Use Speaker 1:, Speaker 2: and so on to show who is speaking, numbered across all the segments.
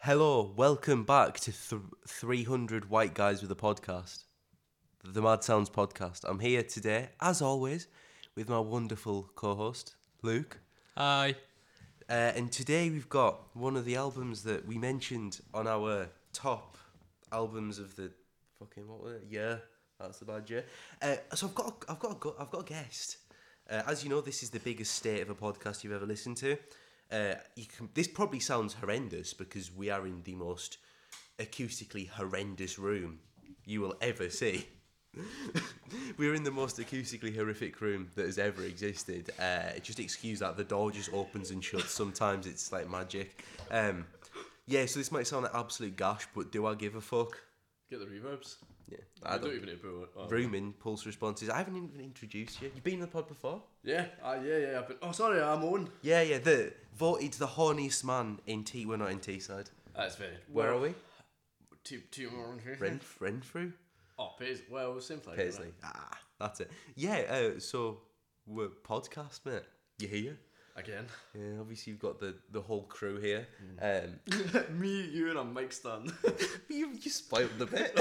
Speaker 1: Hello, welcome back to th- 300 White Guys with a Podcast, the Mad Sounds podcast. I'm here today, as always, with my wonderful co host, Luke.
Speaker 2: Hi.
Speaker 1: Uh, and today we've got one of the albums that we mentioned on our top albums of the fucking what was it? year. That's the bad year. Uh, so I've got a, I've got a, gu- I've got a guest. Uh, as you know, this is the biggest state of a podcast you've ever listened to. Uh, you can, this probably sounds horrendous because we are in the most acoustically horrendous room you will ever see. We're in the most acoustically horrific room that has ever existed. Uh, just excuse that the door just opens and shuts. Sometimes it's like magic. Um, yeah, so this might sound like absolute gosh, but do I give a fuck?
Speaker 2: Get the reverbs.
Speaker 1: Yeah,
Speaker 2: I
Speaker 1: I
Speaker 2: don't,
Speaker 1: don't.
Speaker 2: even improve it. Oh.
Speaker 1: Room impulse responses. I haven't even introduced you. You've been in the pod before.
Speaker 2: Yeah, uh, yeah, yeah. I've been, oh, sorry, I'm on.
Speaker 1: Yeah, yeah. The voted the horniest man in T. We're not in Teesside.
Speaker 2: That's fair.
Speaker 1: Where are we?
Speaker 2: Two, two more on here.
Speaker 1: Ren Renfrew.
Speaker 2: Oh, Paisley. Well, same place.
Speaker 1: Paisley. Ah, that's it. Yeah. Uh, so we're podcast mate. You here?
Speaker 2: right? Again.
Speaker 1: Yeah, obviously you've got the, the whole crew here.
Speaker 2: Mm.
Speaker 1: Um,
Speaker 2: Me, you, and a mic stand.
Speaker 1: you you spoiled the bit.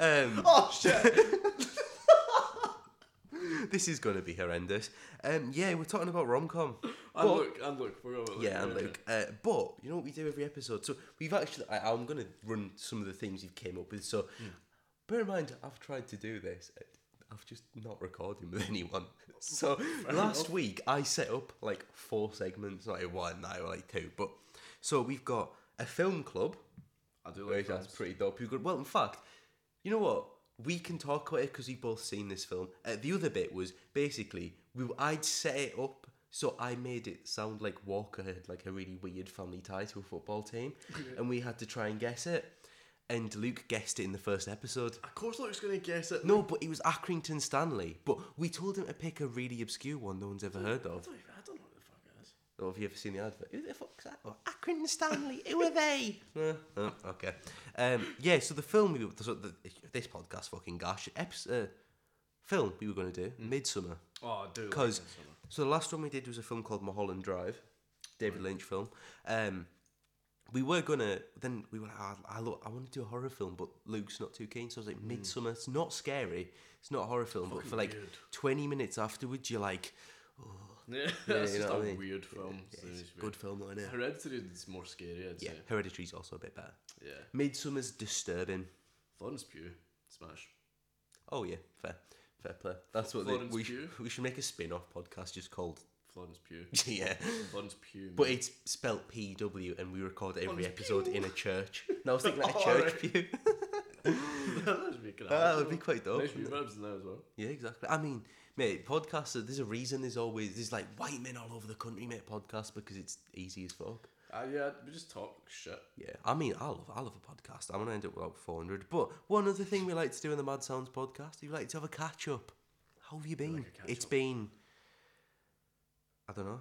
Speaker 1: um,
Speaker 2: oh shit.
Speaker 1: this is going to be horrendous. Um, yeah, we're talking about rom com.
Speaker 2: and look, and look, we're going.
Speaker 1: Yeah, and Luke. Uh, but you know what we do every episode. So we've actually. I, I'm going to run some of the things you've came up with. So bear in mind, I've tried to do this. uh, I've just not recorded with anyone. So last week I set up like four segments, not in one, not in like two. But so we've got a film club.
Speaker 2: I do
Speaker 1: Which
Speaker 2: like
Speaker 1: that's
Speaker 2: that.
Speaker 1: pretty dope. You could, well, in fact, you know what? We can talk about it because we've both seen this film. Uh, the other bit was basically we I'd set it up so I made it sound like Walker had like a really weird family tie to a football team, and we had to try and guess it. And Luke guessed it in the first episode.
Speaker 2: Of course, Luke's gonna guess it.
Speaker 1: No, but it was Accrington Stanley. But we told him to pick a really obscure one no one's ever heard
Speaker 2: I
Speaker 1: of.
Speaker 2: don't, even- I don't know what the fuck it is.
Speaker 1: Or have you ever seen the advert? Who the fuck's that? Oh, Akron Stanley. Who are they? Uh, uh, okay. Um, yeah. So the film we were, so the, this podcast fucking gosh eps uh, film we were going to do Midsummer
Speaker 2: Oh, I do. like
Speaker 1: because
Speaker 2: this one.
Speaker 1: so the last one we did was a film called Mulholland Drive, David Lynch film. Um, we were gonna then we were like, "Ah, I, look, I want to do a horror film, but Luke's not too keen. So I was like, Midsummer. It's not scary. It's not a horror film, but for like
Speaker 2: weird.
Speaker 1: twenty minutes afterwards, you're like,
Speaker 2: yeah, that's
Speaker 1: you know
Speaker 2: just a
Speaker 1: what I mean?
Speaker 2: weird film.
Speaker 1: yeah,
Speaker 2: so
Speaker 1: it's
Speaker 2: it's
Speaker 1: a good film, isn't
Speaker 2: weird.
Speaker 1: it?
Speaker 2: Hereditary is more scary. I'd
Speaker 1: Yeah,
Speaker 2: say.
Speaker 1: Hereditary's also a bit better.
Speaker 2: Yeah.
Speaker 1: Midsummer's disturbing.
Speaker 2: Florence Pugh. Smash.
Speaker 1: Oh yeah, fair, fair play. That's what they,
Speaker 2: Florence
Speaker 1: we
Speaker 2: Pugh?
Speaker 1: we should make a spin-off podcast just called
Speaker 2: Florence Pugh.
Speaker 1: yeah,
Speaker 2: Florence Pugh.
Speaker 1: but it's spelt P W, and we record every
Speaker 2: Florence
Speaker 1: episode in a church. No, I was thinking like a
Speaker 2: Oh,
Speaker 1: church
Speaker 2: right.
Speaker 1: pew. Ah,
Speaker 2: that would be good.
Speaker 1: that would be quite dope.
Speaker 2: Nice
Speaker 1: wouldn't it?
Speaker 2: reverbs in there as well.
Speaker 1: Yeah, exactly. I mean, mate, podcasts. are- There's a reason. There's always there's like white men all over the country make podcasts because it's easy as fuck.
Speaker 2: Uh, yeah, we just talk shit.
Speaker 1: Yeah, I mean, I love I love a podcast. I'm gonna end up with like 400. But one other thing we like to do in the Mad Sounds podcast, we like to have a catch up. How have you been?
Speaker 2: like a catch
Speaker 1: it's
Speaker 2: up.
Speaker 1: been, I don't know.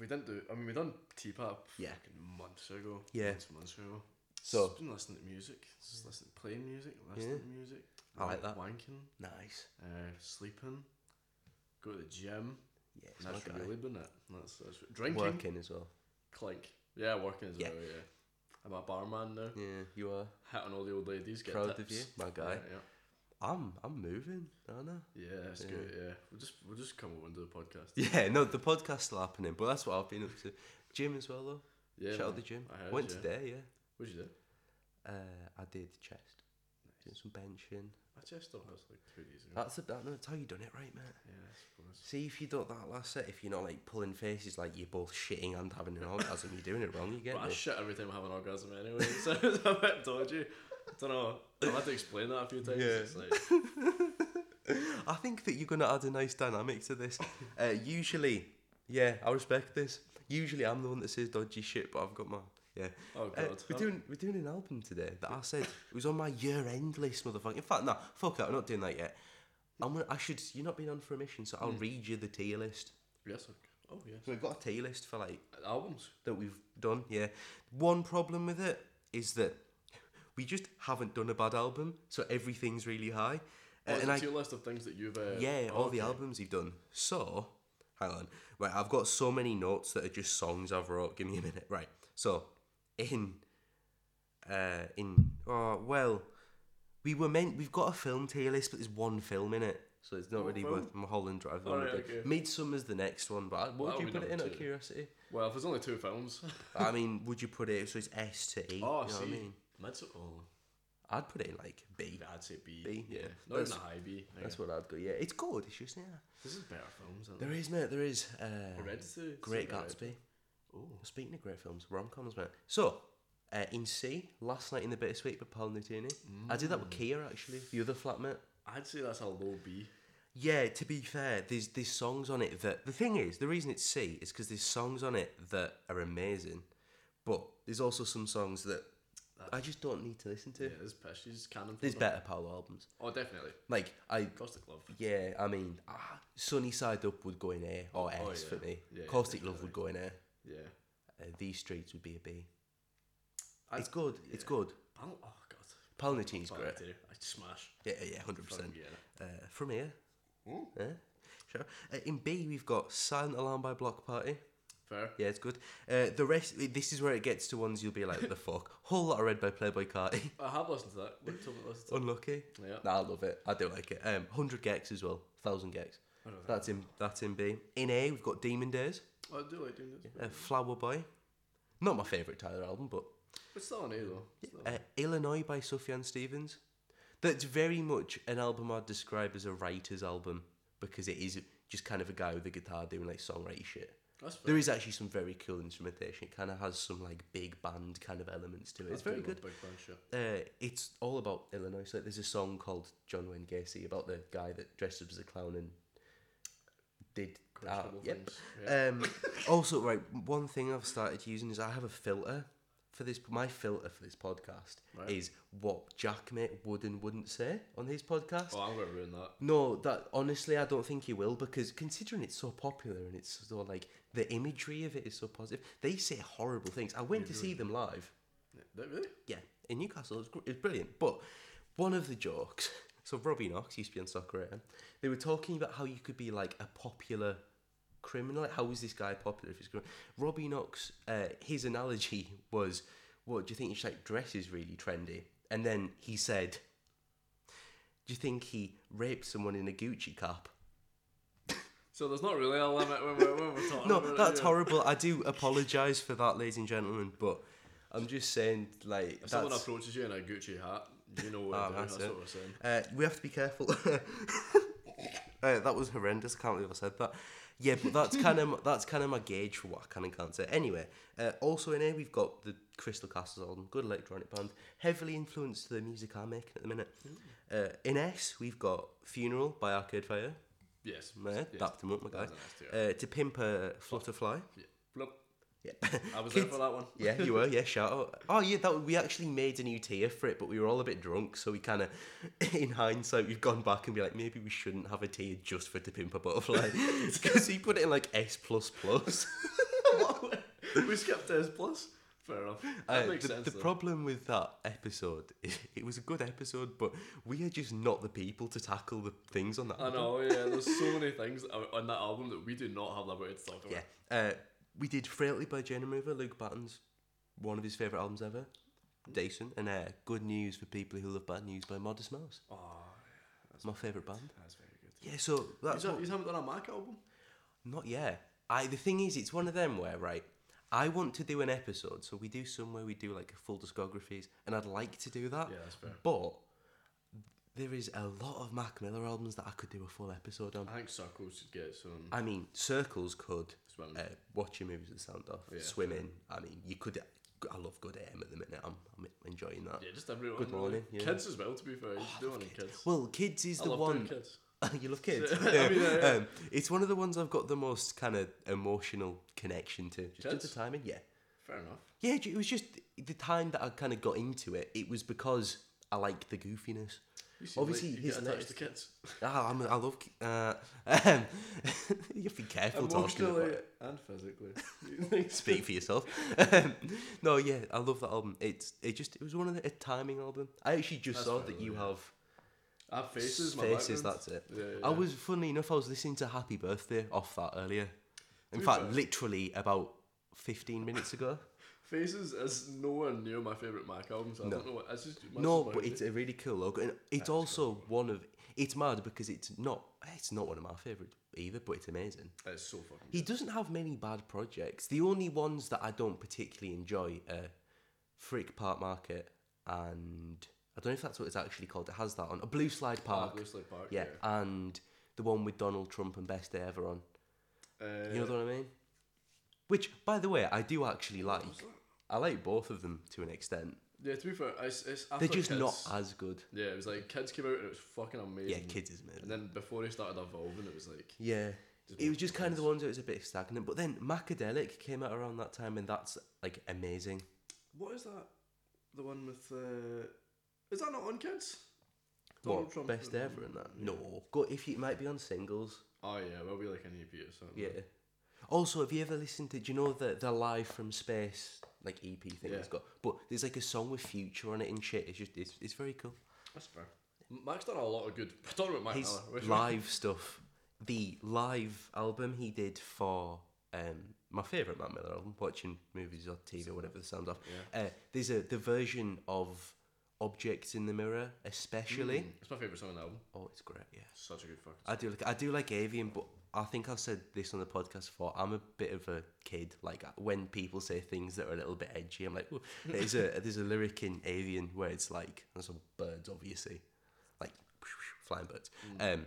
Speaker 2: We didn't do. I mean, we done T-pop.
Speaker 1: Yeah.
Speaker 2: fucking months ago.
Speaker 1: Yeah.
Speaker 2: months, months ago.
Speaker 1: So-
Speaker 2: just been listening to music, just listening, playing music, listening
Speaker 1: Yeah.
Speaker 2: to music.
Speaker 1: I like that.
Speaker 2: Wanking,
Speaker 1: Nice.
Speaker 2: uh, sleeping, go to the gym.
Speaker 1: Yeah, it's
Speaker 2: And that's
Speaker 1: my guy.
Speaker 2: really been it. That's, that's drinking,
Speaker 1: working as well.
Speaker 2: clink. Yeah, working as
Speaker 1: Yeah.
Speaker 2: well. Yeah. I'm a barman now.
Speaker 1: Yeah, you are.
Speaker 2: Hitting all the old ladies. Get
Speaker 1: Proud of
Speaker 2: tips.
Speaker 1: you, my guy.
Speaker 2: Yeah, yeah.
Speaker 1: I'm I'm moving, aren't I?
Speaker 2: Yeah, that's
Speaker 1: Yeah.
Speaker 2: good. Yeah, we'll just we'll just come over and do the podcast.
Speaker 1: Yeah, no, the podcast's still happening, but that's what I've been up to. Gym as well though.
Speaker 2: Yeah,
Speaker 1: Shout out the
Speaker 2: man.
Speaker 1: gym.
Speaker 2: I heard,
Speaker 1: Went
Speaker 2: yeah.
Speaker 1: today, yeah.
Speaker 2: What'd you do?
Speaker 1: Uh, I did chest. Did some benching.
Speaker 2: My chest still hurts like two days ago.
Speaker 1: That's a, that, no, that's how you done it, right, mate?
Speaker 2: Yeah, I suppose.
Speaker 1: See if you do that last set, if you're not like pulling faces, like you're both shitting and having an orgasm, you're doing it wrong. You get
Speaker 2: But I
Speaker 1: me?
Speaker 2: shit every time I have an orgasm anyway, so it's a bit dodgy. I don't know. I've had to explain that a few times.
Speaker 1: Yeah.
Speaker 2: It's like,
Speaker 1: I think that you're gonna add a nice dynamic to this. Uh, usually, yeah, I respect this. Usually, I'm the one that says dodgy shit, but I've got my yeah.
Speaker 2: oh
Speaker 1: Uh,
Speaker 2: god.
Speaker 1: we're doing we're doing an album today that I said it was on my year end list, motherfucker. In fact, no, fuck that. I'm not doing that yet. I'm gonna. I should. You're not being on for a mission, so I'll read you the tier list.
Speaker 2: yes. okay. Oh yes.
Speaker 1: So we've got a tier list for like
Speaker 2: Albums.
Speaker 1: that we've done. Yeah, one problem with it is that we just haven't done a bad album, so everything's really high. Uh,
Speaker 2: Oh,
Speaker 1: and I
Speaker 2: it's your list of things that you've. Uh,
Speaker 1: yeah,
Speaker 2: oh,
Speaker 1: all the
Speaker 2: okay.
Speaker 1: albums you've done. So, hang on. Right, I've got so many notes that are just songs I've wrote. Give me a minute. Right. So, in uh in oh well we were meant we've got a film tier list but there's one film in it so it's not
Speaker 2: What
Speaker 1: really
Speaker 2: film?
Speaker 1: worth Mulholland Drive
Speaker 2: All right,
Speaker 1: London.
Speaker 2: okay.
Speaker 1: Midsummer's the next one but what would
Speaker 2: That'll
Speaker 1: you
Speaker 2: be
Speaker 1: put it in
Speaker 2: number
Speaker 1: out of
Speaker 2: two.
Speaker 1: curiosity
Speaker 2: Well, if there's only two films.
Speaker 1: I mean would you put it so it's S to E
Speaker 2: Oh,
Speaker 1: you know
Speaker 2: see.
Speaker 1: what I mean
Speaker 2: Midsummer. Oh,
Speaker 1: I'd put it in like B
Speaker 2: I'd say B.
Speaker 1: B,
Speaker 2: yeah.
Speaker 1: yeah.
Speaker 2: Not
Speaker 1: That's-
Speaker 2: even a high B. I
Speaker 1: that's
Speaker 2: guess.
Speaker 1: what I'd go yeah it's good it's just yeah
Speaker 2: This is better films. Isn't
Speaker 1: there
Speaker 2: it?
Speaker 1: is mate there is uh,
Speaker 2: Hereditary.
Speaker 1: Great
Speaker 2: Sorry.
Speaker 1: Gatsby
Speaker 2: Oh.
Speaker 1: Speaking of great films, rom coms, mate. So, uh, in C, Last Night in the Bittersweet by Paul Nutini. I did that with Kia, actually, the other flatmate.
Speaker 2: I'd say that's a low B.
Speaker 1: Yeah, to be fair, there's there's songs on it that. The thing is, the reason it's C is because there's songs on it that are amazing, but there's also some songs that I just don't need to listen to.
Speaker 2: Yeah, this pish. She's cannon.
Speaker 1: There's
Speaker 2: fodder.
Speaker 1: better Paul albums.
Speaker 2: Oh, definitely.
Speaker 1: Like, I.
Speaker 2: Caustic Love.
Speaker 1: Yeah, I mean, ah, Sunny Side Up would go in A or S
Speaker 2: Oh, yeah.
Speaker 1: for me.
Speaker 2: Yeah, yeah,
Speaker 1: Caustic Love would go in A.
Speaker 2: Yeah.
Speaker 1: Uh, These Streets would be a B.
Speaker 2: I-
Speaker 1: it's good. It's good.
Speaker 2: I don't, oh god.
Speaker 1: Paul Nutini's
Speaker 2: Sorry,
Speaker 1: great.
Speaker 2: I do. I smash.
Speaker 1: Yeah, yeah, hundred percent.
Speaker 2: Fucking yeah.
Speaker 1: Uh, From here,
Speaker 2: Hmm?
Speaker 1: yeah, sure. Uh, in B, we've got Silent Alarm by Block Party.
Speaker 2: Fair.
Speaker 1: Yeah, it's good. Uh, the rest, this is where it gets to ones you'll be like, "The fuck." Whole lot of Red by Playboy Carti.
Speaker 2: I have listened to that. Looked up and listened to
Speaker 1: Unlucky.
Speaker 2: it. Yeah.
Speaker 1: Nah, I love it. I do like it. Um, hundred gex as well. Thousand gex.
Speaker 2: I don't know.
Speaker 1: That's in that's in B. In A, we've got Demon Days,
Speaker 2: I do like doing this.
Speaker 1: uh, Flower Boy. Not my favorite Tyler album, but
Speaker 2: It's still on A though. It's still-
Speaker 1: uh, Illinois by Sufjan Stevens. That's very much an album I'd describe as a writer's album because it is just kind of a guy with a guitar doing like songwriting shit.
Speaker 2: That's fair.
Speaker 1: There is actually some very cool instrumentation. It kind of has some like big band kind of elements to it. It's
Speaker 2: I do
Speaker 1: very
Speaker 2: love
Speaker 1: good.
Speaker 2: Big band shit.
Speaker 1: Uh, it's all about Illinois. So there's a song called John Wayne Gacy about the guy that dressed up as a clown and did that.
Speaker 2: Questionable
Speaker 1: Yep.
Speaker 2: things. Yeah.
Speaker 1: Um, also, right, one thing I've started using is I have a filter for this. My filter for this podcast
Speaker 2: Right.
Speaker 1: is what Jackmate would and wouldn't say on his podcast.
Speaker 2: Oh, I'm gonna ruin that.
Speaker 1: No, that honestly, I don't think he will because considering it's so popular and it's so like the imagery of it is so positive. They say horrible things. I went to see them live.
Speaker 2: Yeah, that- Really?
Speaker 1: Yeah, in Newcastle, it was, gr- it was brilliant. But one of the jokes, so Robbie Knox used to be on Soccer AM. They were talking about how you could be like a popular criminal. Like, how is this guy popular if he's criminal? Robbie Knox, uh, his analogy was, "What do you think? His like dress is really trendy." And then he said, "Do you think he raped someone in a Gucci cap?"
Speaker 2: So there's not really a limit when we're, when we're talking
Speaker 1: No,
Speaker 2: about it,
Speaker 1: that's
Speaker 2: Oh, yeah.
Speaker 1: horrible. I do apologise for that, ladies and gentlemen, but I'm just saying, like,
Speaker 2: If someone
Speaker 1: that's,
Speaker 2: approaches you in a Gucci hat, you know what
Speaker 1: Ah,
Speaker 2: to do.
Speaker 1: that's
Speaker 2: That's,
Speaker 1: it.
Speaker 2: what we're saying.
Speaker 1: Uh, we have to be careful. uh, that was horrendous. Can't believe I said that. Yeah, but that's kind of that's kind of my gauge for what I can and can't say. Anyway, uh, also in here we've got the Crystal Castles album, good electronic band, heavily influenced the music I'm making at the minute. Uh, in S we've got Funeral by Arcade Fire.
Speaker 2: Yes.
Speaker 1: Mate,
Speaker 2: yes.
Speaker 1: dapped him up, my guy.
Speaker 2: That was a nice tier.
Speaker 1: Uh, to pimp a flutterfly.
Speaker 2: Yeah. Flop.
Speaker 1: Yeah.
Speaker 2: I was there
Speaker 1: Kids-
Speaker 2: for that one.
Speaker 1: yeah, you were. Yeah, shout out. Oh, yeah, that we actually made a new tier for it, but we were all a bit drunk, so we kind of, in hindsight, we've gone back and be like, maybe we shouldn't have a tier just for To Pimp a Butterfly because he put it in like S plus plus.
Speaker 2: we skipped S plus. Fair enough. That
Speaker 1: Uh,
Speaker 2: makes
Speaker 1: the,
Speaker 2: sense.
Speaker 1: the
Speaker 2: though.
Speaker 1: problem with that episode, is it was a good episode, but we are just not the people to tackle the things on that.
Speaker 2: I know. Yeah. There's so many things that are on that album that we do not have liberty to talk about.
Speaker 1: Yeah. Uh, we did Frailty by Jane Remover, Luke Batten's one of his favourite albums ever. Decent. And uh, Good News for People Who Love Bad News by Modest Mouse.
Speaker 2: Oh,
Speaker 1: It's my favourite band.
Speaker 2: that's very good.
Speaker 1: Yeah, so that's
Speaker 2: You
Speaker 1: what-
Speaker 2: haven't done a Mac album?
Speaker 1: not yet. I the thing is, it's one of them where right. I want to do an episode, so we do some where we do like full discographies, and I'd like to do that.
Speaker 2: Yeah, that's fair.
Speaker 1: But there is a lot of Mac Miller albums that I could do a full episode on.
Speaker 2: I think Circles should get some
Speaker 1: I mean, Circles could.
Speaker 2: swim.
Speaker 1: Uh, watch your movies with the sound off.
Speaker 2: Yeah.
Speaker 1: swim in. I mean, you could. I love Good AM at the minute. I'm, I'm enjoying that.
Speaker 2: yeah, just everyone.
Speaker 1: Good morning, yeah.
Speaker 2: Kids as well, to be fair. You should do one in kids.
Speaker 1: Well, Kids is
Speaker 2: I
Speaker 1: the
Speaker 2: love
Speaker 1: one.
Speaker 2: doing kids.
Speaker 1: you love kids.
Speaker 2: I mean, yeah, yeah.
Speaker 1: Um, it's one of the ones I've got the most kind of emotional connection to. Just due to
Speaker 2: Kids?
Speaker 1: the timing, yeah.
Speaker 2: Fair enough.
Speaker 1: Yeah, it was just the time that I kind of got into it. It was because I like the goofiness.
Speaker 2: You seem
Speaker 1: Obviously,
Speaker 2: like you
Speaker 1: his
Speaker 2: get attached
Speaker 1: next-
Speaker 2: to kids.
Speaker 1: Ah, I'm, I love. ki- Uh, um, you have to be careful talking about
Speaker 2: Emotionally
Speaker 1: it.
Speaker 2: and physically.
Speaker 1: Speak for yourself. Um, no, yeah, I love that album. It's it just it was one of the a timing album. I actually just
Speaker 2: That's
Speaker 1: saw
Speaker 2: fair
Speaker 1: that
Speaker 2: though,
Speaker 1: you
Speaker 2: yeah.
Speaker 1: have
Speaker 2: I have faces, my
Speaker 1: faces.
Speaker 2: background.
Speaker 1: That's it.
Speaker 2: Yeah, yeah,
Speaker 1: I
Speaker 2: yeah.
Speaker 1: was funny enough. I was listening to Happy Birthday off that earlier. In
Speaker 2: be
Speaker 1: fact,
Speaker 2: fair-
Speaker 1: literally about fifteen minutes ago.
Speaker 2: Faces is nowhere near my favourite Mac album, so I
Speaker 1: No.
Speaker 2: don't know what. It's just much
Speaker 1: No,
Speaker 2: about
Speaker 1: but
Speaker 2: it.
Speaker 1: it's a really cool logo, and it's also one of. It's mad because it's not. It's not one of my favourite either, but it's amazing.
Speaker 2: It's so fucking.
Speaker 1: He doesn't have many bad projects. The only ones that I don't particularly enjoy are Frick Park Market and I don't know if that's what it's actually called. It has that on a Blue Slide
Speaker 2: Ah,
Speaker 1: Park.
Speaker 2: Loosely Park.
Speaker 1: yeah, and the one with Donald Trump and Best Day Ever on.
Speaker 2: Uh,
Speaker 1: You know what I mean? Which, by the way, I do actually like.
Speaker 2: was that?
Speaker 1: I like both of them to an extent.
Speaker 2: Yeah, to be fair, it's, it's after
Speaker 1: They're just
Speaker 2: kids.
Speaker 1: not as good.
Speaker 2: Yeah, it was like kids came out and it was fucking amazing.
Speaker 1: Yeah, kids is
Speaker 2: And
Speaker 1: amazing.
Speaker 2: then before he started evolving, it was like
Speaker 1: Mm. Yeah.
Speaker 2: Just
Speaker 1: It was
Speaker 2: watch
Speaker 1: just
Speaker 2: the
Speaker 1: kind of the ones that was a bit stagnant. But then Macadelic came out around that time, and that's like amazing.
Speaker 2: what is that? The one with uh, is that not on kids?
Speaker 1: What, best ever in that? No. Go if you, it might be on singles.
Speaker 2: Oh yeah, well we like an EP or something.
Speaker 1: Yeah. Also, have you ever listened to? Do you know the the live from space like EP thing?
Speaker 2: Yeah.
Speaker 1: It's got, but there's like a song with Future on it and shit. It's just it's, it's very cool.
Speaker 2: that's fair. Mac's done a lot of good. We're talking about Mac
Speaker 1: His
Speaker 2: now. We're-
Speaker 1: live stuff, the live album he did for um my favorite Matt Miller album, watching movies or TV or whatever the sound of. Uh, there's a the version of Objects in the Mirror, especially.
Speaker 2: Mm, It's my favorite song on the album.
Speaker 1: Oh, it's great. Yeah.
Speaker 2: Such a good fucking.
Speaker 1: I do like I do like avian, but I think I've said this on the podcast before. I'm a bit of a kid. Like when people say things that are a little bit edgy, I'm like, "Ooh." there's a there's a lyric in Avian where it's like, there's some birds, obviously, like flying birds.
Speaker 2: Mm.
Speaker 1: Um,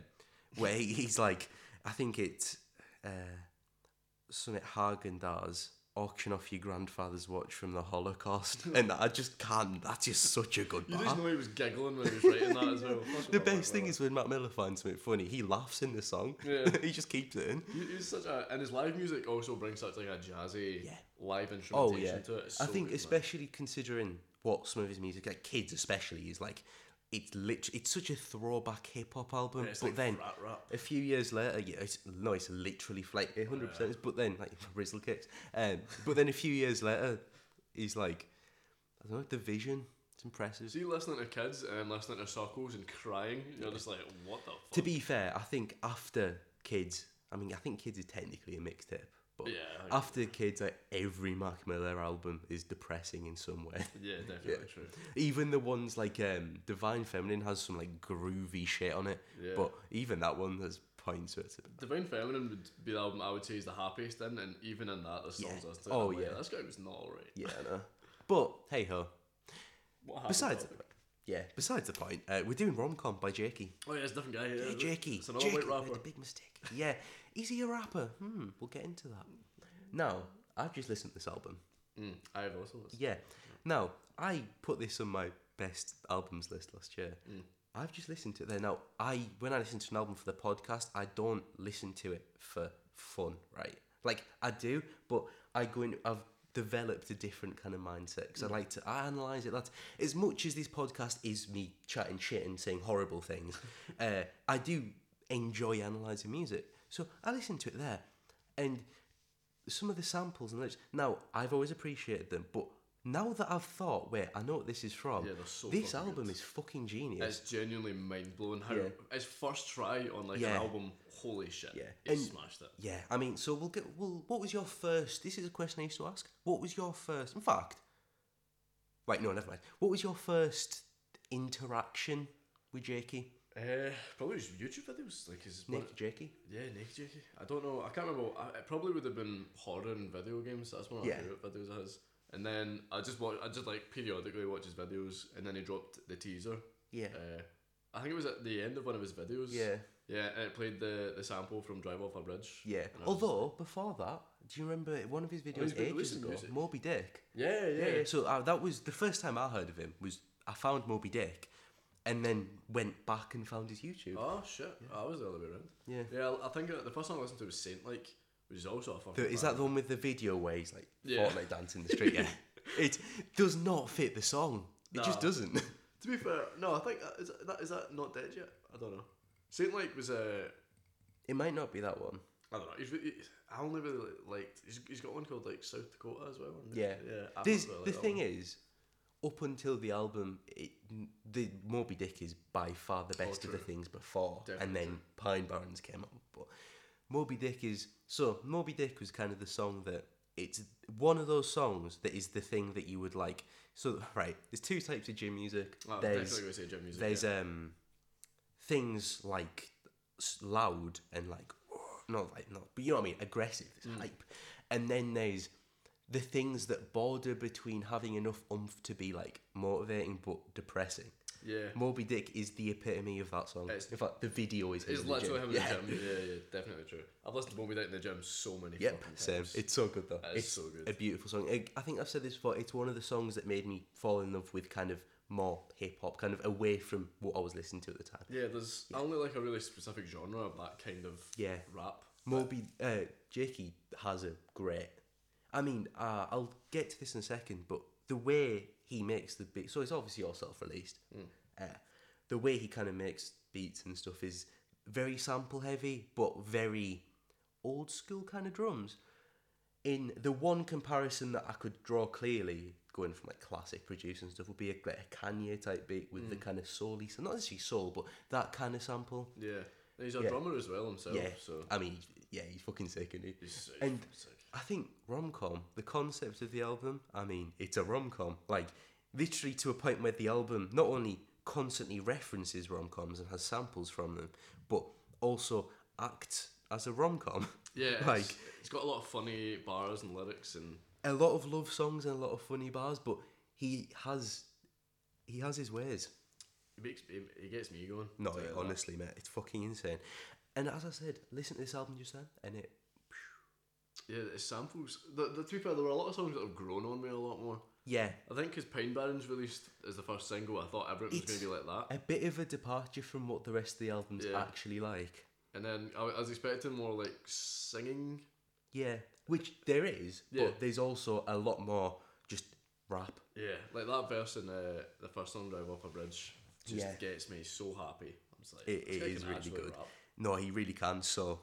Speaker 1: where he, he's like, I think it's uh, Summit Hagen does auction off your grandfather's watch from the Holocaust, and I just can't. That's just such a good.
Speaker 2: You
Speaker 1: bar.
Speaker 2: just know he was giggling when he was writing that as well. Fucking
Speaker 1: Uh-huh. The
Speaker 2: hell,
Speaker 1: best
Speaker 2: Mac
Speaker 1: thing is when Matt Miller finds something funny, he laughs in the song.
Speaker 2: Yeah.
Speaker 1: he just keeps it in.
Speaker 2: He- He's such a, and his live music also brings such like a jazzy
Speaker 1: Yeah.
Speaker 2: live
Speaker 1: Oh
Speaker 2: instrumentation
Speaker 1: yeah,
Speaker 2: to it. It's
Speaker 1: I
Speaker 2: so
Speaker 1: think
Speaker 2: good, man.
Speaker 1: especially considering what some of his music, like kids especially, is like. It's lit. It's such a throwback hip hop album,
Speaker 2: And it's
Speaker 1: but
Speaker 2: like
Speaker 1: then
Speaker 2: frat rap.
Speaker 1: a few years later, yeah, it's, no, it's literally like hundred percent. But then like Rizzle kicks. Um, but then a few years later, he's like, I don't know, the vision. It's impressive.
Speaker 2: See, listening to kids and listening to circles and crying, you're just like, what the fuck?
Speaker 1: To be fair, I think after kids, I mean, I think kids is technically a mixtape, but
Speaker 2: yeah, I-
Speaker 1: After Kids, like every Mac Miller album is depressing in some way.
Speaker 2: yeah, definitely true.
Speaker 1: Even the ones like um, Divine Feminine has some like groovy shit on it,
Speaker 2: Yeah.
Speaker 1: but even that one has points to it.
Speaker 2: Divine Feminine would be the album I would say is the happiest in, and even in that, there's songs
Speaker 1: Yeah.
Speaker 2: I was
Speaker 1: Oh,
Speaker 2: like,
Speaker 1: yeah.
Speaker 2: This guy was not alright.
Speaker 1: Yeah, I know. But hey ho.
Speaker 2: What happened?
Speaker 1: Besides,
Speaker 2: to that?
Speaker 1: yeah, besides the point, uh, we're doing rom com by Jakey.
Speaker 2: oh yeah, it's a different guy. Yeah,
Speaker 1: Yeah, Jakey.
Speaker 2: It's another
Speaker 1: Jakey
Speaker 2: white
Speaker 1: made
Speaker 2: rapper.
Speaker 1: a big mistake. Yeah, is he a rapper? Hmm, we'll get into that. Now, I've just listened to this album.
Speaker 2: Mm, I have also listened.
Speaker 1: Yeah. Now, I put this on my best albums list last year. I've just listened to it there. Now, I when I listen to an album for the podcast, I don't listen to it for fun, right? Like I do, but I go in. I've developed a different kind of mindset because I
Speaker 2: Mm.
Speaker 1: like to I analyze it. That as much as this podcast is me chatting shit and saying horrible things, uh, I do enjoy analyzing music. So I listen to it there, and some of the samples and lyrics. Now, I've always appreciated them, but now that I've thought, wait, I know what this is from.
Speaker 2: Yeah, they're so
Speaker 1: this
Speaker 2: fucking
Speaker 1: album is fucking genius.
Speaker 2: It's genuinely mind blowing how
Speaker 1: Yeah.
Speaker 2: his first try on like
Speaker 1: Yeah.
Speaker 2: an album. Holy shit!
Speaker 1: Yeah.
Speaker 2: he
Speaker 1: And-
Speaker 2: smashed it.
Speaker 1: yeah, I mean, so we'll get. Well, what was your first? This is a question I used to ask. What was your first? In fact, right, no, never mind. What was your first interaction with Jakey?
Speaker 2: Uh, probably his YouTube videos, like his one-
Speaker 1: Nick Jakey?
Speaker 2: Yeah, Naked Jakey. I don't know. I can't remember. I, it probably would have been horror and video games. That's one of my
Speaker 1: Yeah.
Speaker 2: favorite videos of his. And then I just watch. I just like periodically watch his videos. And then he dropped the teaser.
Speaker 1: Yeah.
Speaker 2: Uh, I think it was at the end of one of his videos.
Speaker 1: Yeah.
Speaker 2: Yeah, and it played the the sample from Drive Off a Bridge.
Speaker 1: Yeah.
Speaker 2: And I was- Oh,
Speaker 1: Although, before that, do you remember one of his
Speaker 2: he's
Speaker 1: videos
Speaker 2: been
Speaker 1: ages
Speaker 2: releasing
Speaker 1: ago?
Speaker 2: music.
Speaker 1: Moby Dick.
Speaker 2: Yeah, yeah.
Speaker 1: Yeah, yeah. So uh, that was the first time I heard of him. Was I found Moby Dick, and then went back and found his YouTube.
Speaker 2: Oh shit! I was the other way around.
Speaker 1: Yeah.
Speaker 2: Yeah. I- I think uh, the first song I listened to was Saint Like, which is also a fucking.
Speaker 1: The- is that the one with the video where he's like
Speaker 2: Yeah.
Speaker 1: Fortnite dancing in the street? Yeah, it does not fit the song. It just
Speaker 2: Nah.
Speaker 1: doesn't.
Speaker 2: To be fair, no. I think uh, is that is that not dead yet? I don't know. Saint Like was a.
Speaker 1: It might not be that one.
Speaker 2: I don't know. He's really, he's- I only really liked. He's, he's got one called like South Dakota as well. isn't he?
Speaker 1: Yeah,
Speaker 2: yeah. I
Speaker 1: This,
Speaker 2: really like
Speaker 1: the
Speaker 2: that
Speaker 1: thing
Speaker 2: one.
Speaker 1: is, up until the album, it, the Moby Dick is by far the best of the
Speaker 2: true.
Speaker 1: things before, and
Speaker 2: Definitely
Speaker 1: then Pine Barrens came out. But Moby Dick is so Moby Dick was kind of the song that it's one of those songs that is the thing that you would like. So right, there's two types of gym music.
Speaker 2: Oh, I'm
Speaker 1: there's
Speaker 2: definitely going to say gym music.
Speaker 1: there's
Speaker 2: yeah.
Speaker 1: um things like s- loud and like not like not, but you know what I mean, aggressive, it's
Speaker 2: Mm.
Speaker 1: hype. And then there's the things that border between having enough oomph to be like motivating but depressing.
Speaker 2: yeah.
Speaker 1: Moby Dick is the epitome of that song.
Speaker 2: It's-
Speaker 1: in fact, the video is him
Speaker 2: It's
Speaker 1: in the
Speaker 2: literally
Speaker 1: gym.
Speaker 2: him in
Speaker 1: yeah.
Speaker 2: the gym. Yeah, yeah, definitely true. I've listened to Moby Dick in the gym so many
Speaker 1: Yep,
Speaker 2: fucking
Speaker 1: same.
Speaker 2: times.
Speaker 1: It's so good though.
Speaker 2: That is
Speaker 1: It's
Speaker 2: so good.
Speaker 1: A beautiful song. I, I think I've said this before. It's one of the songs that made me fall in love with kind of more hip hop, kind of away from what I was listening to at the time.
Speaker 2: yeah, there's only like a really specific genre of that kind of
Speaker 1: Yeah,
Speaker 2: rap.
Speaker 1: Moby uh, Jakey has a great. I mean, uh, I'll get to this in a second, but the way he makes the beat, so it's obviously all self-released.
Speaker 2: Hmm.
Speaker 1: Uh, the way he kind of makes beats and stuff is very sample heavy, but very old school kind of drums. In the one comparison that I could draw clearly, going from like classic producing stuff, would be a, like a Kanye type beat with the
Speaker 2: Hmm.
Speaker 1: kind of souly, so not necessarily soul, but that kind of sample.
Speaker 2: Yeah. And he's a
Speaker 1: Yeah.
Speaker 2: drummer as well himself,
Speaker 1: Yeah,
Speaker 2: Oh, so
Speaker 1: I mean, yeah, he's fucking sick, isn't he?
Speaker 2: he's, he's
Speaker 1: And
Speaker 2: fucking sick.
Speaker 1: I think rom com, the concept of the album, I mean, it's a rom com. Like, literally to a point where the album not only constantly references rom coms and has samples from them, but also acts as a rom com.
Speaker 2: Yeah,
Speaker 1: like-
Speaker 2: it's, it's got a lot of funny bars and lyrics and
Speaker 1: a lot of love songs and a lot of funny bars, but he has he has his ways.
Speaker 2: he makes he, he gets me going.
Speaker 1: No,
Speaker 2: Tell you that.
Speaker 1: honestly, mate, it's fucking insane. And as I said, listen to this album just then, and it
Speaker 2: Yeah, the samples. The, the, to be fair, there were a lot of songs that have grown on me a lot more.
Speaker 1: yeah,
Speaker 2: I think because Pine Barrens released as the first single, I thought everything was
Speaker 1: It's-
Speaker 2: going to be like that.
Speaker 1: a bit of a departure from what the rest of the album's
Speaker 2: Yeah.
Speaker 1: actually like.
Speaker 2: And then I, I was expecting more like singing.
Speaker 1: Yeah, which there is,
Speaker 2: Yeah.
Speaker 1: but there's also a lot more just rap.
Speaker 2: Yeah, like that verse in uh, the first song, Drive Up a Bridge, just
Speaker 1: Yeah.
Speaker 2: gets me so happy. I'm just like,
Speaker 1: It,
Speaker 2: "This
Speaker 1: it
Speaker 2: guy
Speaker 1: is
Speaker 2: can
Speaker 1: really
Speaker 2: actually
Speaker 1: good.
Speaker 2: rap."
Speaker 1: No, he really can. So,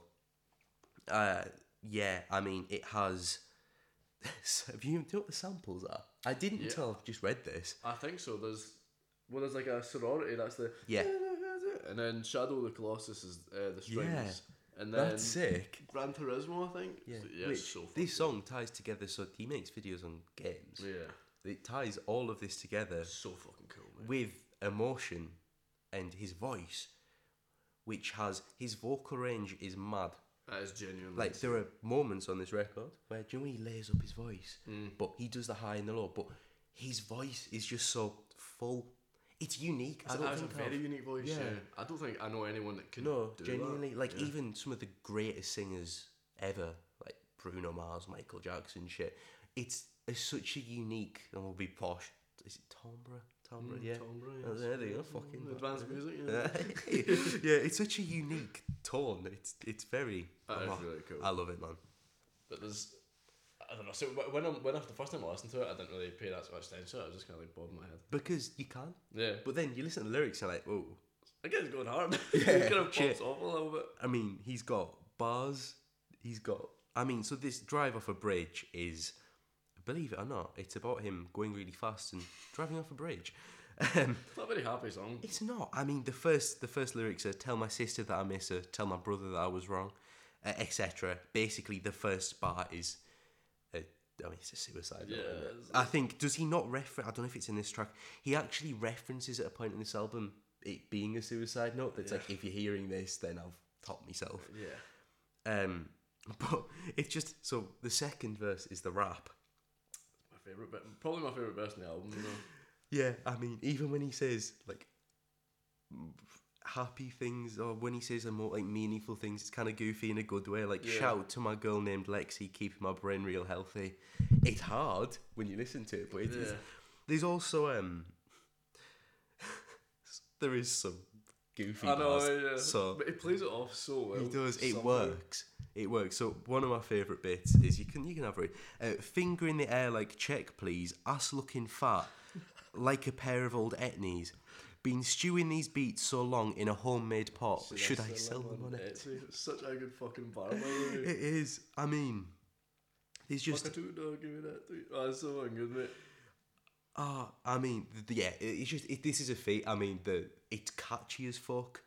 Speaker 1: uh, yeah, I mean, it has. Have you do you know what the samples are? I didn't
Speaker 2: Yeah.
Speaker 1: until I've just read this.
Speaker 2: I think so. There's well, there's like a sorority. That's the
Speaker 1: Yeah.
Speaker 2: And then Shadow of the Colossus is uh, the strings. And then
Speaker 1: That's sick.
Speaker 2: Gran Turismo, I think.
Speaker 1: Yeah,
Speaker 2: So, Um, yeah it's
Speaker 1: which
Speaker 2: so fun.
Speaker 1: this song ties together. So he makes videos on games.
Speaker 2: Yeah,
Speaker 1: It ties all of this together
Speaker 2: so fucking cool, man.
Speaker 1: with emotion and his voice, which has his vocal range is mad.
Speaker 2: That is genuinely
Speaker 1: Like there are moments on this record where do you know when he lays up his voice,
Speaker 2: Mm.
Speaker 1: but he does the high and the low. But his voice is just so full. It's unique. I
Speaker 2: It's-
Speaker 1: don't
Speaker 2: it's
Speaker 1: think
Speaker 2: a very
Speaker 1: I've-
Speaker 2: unique voice. Yeah.
Speaker 1: Yeah.
Speaker 2: I don't think I know anyone that can.
Speaker 1: no,
Speaker 2: do that.
Speaker 1: genuinely, like
Speaker 2: Yeah.
Speaker 1: even some of the greatest singers ever, like Bruno Mars, Michael Jackson, shit. It's, it's such a unique and will be posh. Is it Tombra? Tombra, yeah.
Speaker 2: Mm, Tom Brady,
Speaker 1: Oh, there they
Speaker 2: yeah.
Speaker 1: are, fucking
Speaker 2: advanced music. Yeah.
Speaker 1: yeah, it's such a unique tone. It's it's very.
Speaker 2: That is
Speaker 1: oh,
Speaker 2: really cool.
Speaker 1: I love it, man.
Speaker 2: But there's, I don't know. So wh- when I'm when I, the first time I listened to it, I didn't really pay that much attention. I was just kind of like bobbing my head.
Speaker 1: Because you can,
Speaker 2: Yeah,
Speaker 1: but then you listen to the lyrics and like, oh,
Speaker 2: I guess it's going hard. it kind of pops
Speaker 1: shit.
Speaker 2: off a little bit.
Speaker 1: I mean, he's got bars. He's got. I mean, so this drive off a bridge is, believe it or not, it's about him going really fast and driving off a bridge. Um,
Speaker 2: It's not a very happy song.
Speaker 1: it's not. I mean, the first the first lyrics are "Tell my sister that I miss her," "Tell my brother that I was wrong," uh, etc. Basically, the first bar is. Uh, I mean, it's a suicide. note, isn't it?
Speaker 2: Yes.
Speaker 1: I think does he not refer? I don't know if it's in this track. He actually references at a point in this album it being a suicide note. That's like if you're hearing this, then I've topped myself.
Speaker 2: Yeah,
Speaker 1: Um, but it's just so the second verse is the rap.
Speaker 2: my favorite bit, probably my favorite verse in the album. Though.
Speaker 1: Yeah, I mean, even when he says like happy things, or when he says a more like meaningful things, it's kind of goofy in a good way. Like
Speaker 2: Yeah.
Speaker 1: shout to my girl named Lexi, keeping my brain real healthy. It's hard when you listen to it, but it is.
Speaker 2: Yeah.
Speaker 1: There's also um, there is some goofy.
Speaker 2: I know.
Speaker 1: bars,
Speaker 2: Yeah.
Speaker 1: So
Speaker 2: but he plays it off so well.
Speaker 1: He does. It
Speaker 2: somehow.
Speaker 1: works. It works. So one of my favourite bits is you can you can have it. Uh, finger in the air like check please. Ass looking fat, like a pair of old etnies. Been stewing these beats so long in a homemade pot. Should, I sell them on it?
Speaker 2: Etsy? It's Such a good fucking bar. by the way.
Speaker 1: It is. I mean, there's
Speaker 2: Fuck
Speaker 1: just
Speaker 2: a two dog, give me that. three. Oh, that's so fucking good, mate.
Speaker 1: ah. I mean, th- yeah. it- It's just it, this is a oh, feat. I mean, the it's catchy as fuck.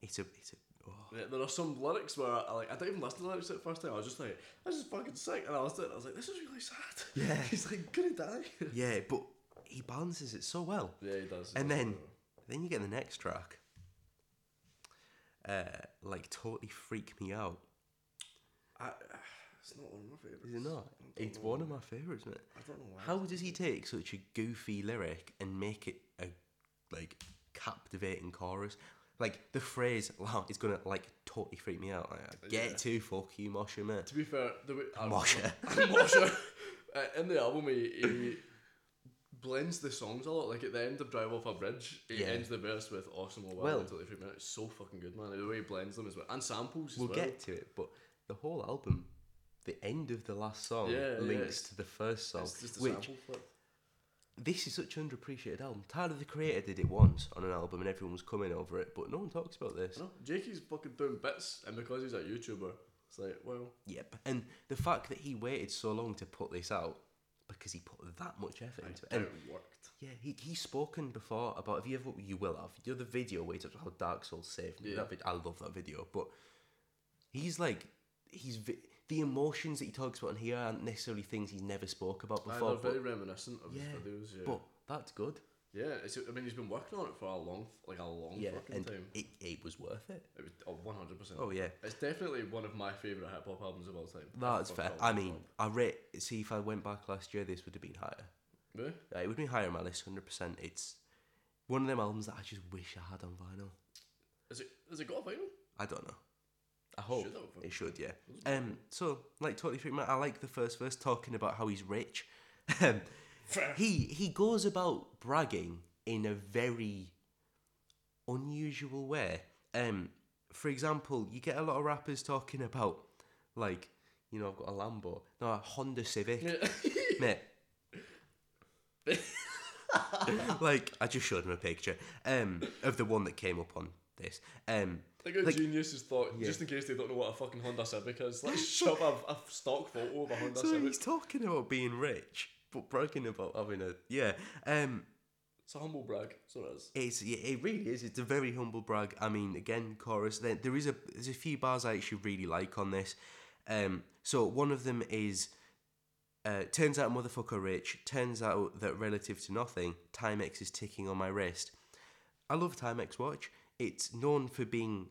Speaker 1: It's a it's a
Speaker 2: There there are some lyrics where I like I didn't even listen to the lyrics at first time. I was just like, this is fucking sick, and I listened to it. And I was like, this is really sad.
Speaker 1: Yeah.
Speaker 2: he's like gonna die.
Speaker 1: Yeah, but he balances it so well.
Speaker 2: Yeah, he does.
Speaker 1: And then, then you get the next track. Uh, like totally freak me out.
Speaker 2: I, it's not one of my favorites.
Speaker 1: Is it not?
Speaker 2: I don't
Speaker 1: It's
Speaker 2: know.
Speaker 1: one of my favorites, mate.
Speaker 2: I don't know why.
Speaker 1: How does he take such a goofy lyric and make it a like captivating chorus? Like the phrase "Wow, it's gonna like totally freak me out." Like, get
Speaker 2: Yeah.
Speaker 1: to fuck you, Mosher, mate.
Speaker 2: To be fair, the way uh,
Speaker 1: Mosher.
Speaker 2: Mosher. Uh, in the album, he, he blends the songs a lot. Like at the end of Drive Off a Bridge, he
Speaker 1: Yeah.
Speaker 2: ends the verse with "Awesome, well,
Speaker 1: Well-
Speaker 2: well, totally freaked me out." It's so fucking good, man. The way he blends them as well, and samples as
Speaker 1: We'll
Speaker 2: well.
Speaker 1: get to it, but the whole album, the end of the last song
Speaker 2: Yeah, yeah,
Speaker 1: links
Speaker 2: it's-
Speaker 1: to the first song,
Speaker 2: It's just a
Speaker 1: which
Speaker 2: sample clip.
Speaker 1: this is such an underappreciated album. Tyler the Creator did it once on an album, and everyone was coming over it, but no one talks about this.
Speaker 2: No, Jakey's fucking doing bits, and because he's a YouTuber, it's like, well,
Speaker 1: Yep. And the fact that he waited so long to put this out because he put that much effort into it.
Speaker 2: it
Speaker 1: And
Speaker 2: worked.
Speaker 1: yeah, he, he's spoken before about if you ever you will have the other video where he talks about how Dark Souls saved me.
Speaker 2: Yeah.
Speaker 1: That vid- I love that video, but he's like he's vi- the emotions that he talks about in here aren't necessarily things he's never spoke about
Speaker 2: Aye,
Speaker 1: before.
Speaker 2: they're
Speaker 1: But,
Speaker 2: very reminiscent of his
Speaker 1: Yeah,
Speaker 2: videos. Yeah,
Speaker 1: but that's good.
Speaker 2: yeah. It's, I mean, he's been working on it for a long, like a long
Speaker 1: Yeah,
Speaker 2: fucking
Speaker 1: and
Speaker 2: time.
Speaker 1: it, it was worth it.
Speaker 2: It was one hundred percent.
Speaker 1: Oh yeah.
Speaker 2: It's definitely one of my favourite hip hop albums of all time.
Speaker 1: That's
Speaker 2: Fuck
Speaker 1: fair.
Speaker 2: all
Speaker 1: I
Speaker 2: hip
Speaker 1: mean,
Speaker 2: hop.
Speaker 1: I rate. See, if I went back last year, this would have been higher.
Speaker 2: Really?
Speaker 1: Yeah, it would be higher on my list, hundred percent. It's one of them albums that I just wish I had on vinyl.
Speaker 2: Is it, has it got a vinyl?
Speaker 1: I don't know. I hope
Speaker 2: Should have.
Speaker 1: Oh, it should, yeah. Um, so like totally freak me out. I like the first verse talking about how he's rich. Um, he he goes about bragging in a very unusual way. Um, for example, you get a lot of rappers talking about like you know I've got a Lambo, no a Honda Civic, mate. like I just showed him a picture um, of the one that came up on this. Um,
Speaker 2: Like a
Speaker 1: Like-
Speaker 2: genius has thought,
Speaker 1: Yeah.
Speaker 2: just in case they don't know what a fucking Honda Civic is, let's shove a, a stock photo of a Honda
Speaker 1: so
Speaker 2: Civic.
Speaker 1: he's talking about being rich, but bragging about having a yeah. Um,
Speaker 2: It's a humble brag, so it is.
Speaker 1: It's yeah, it really is. It's a very humble brag. I mean, again, chorus. There, there is a there's a few bars I actually really like on this. Um, so one of them is, uh, turns out motherfucker rich. Turns out that relative to nothing, Timex is ticking on my wrist. I love Timex watch. It's known for being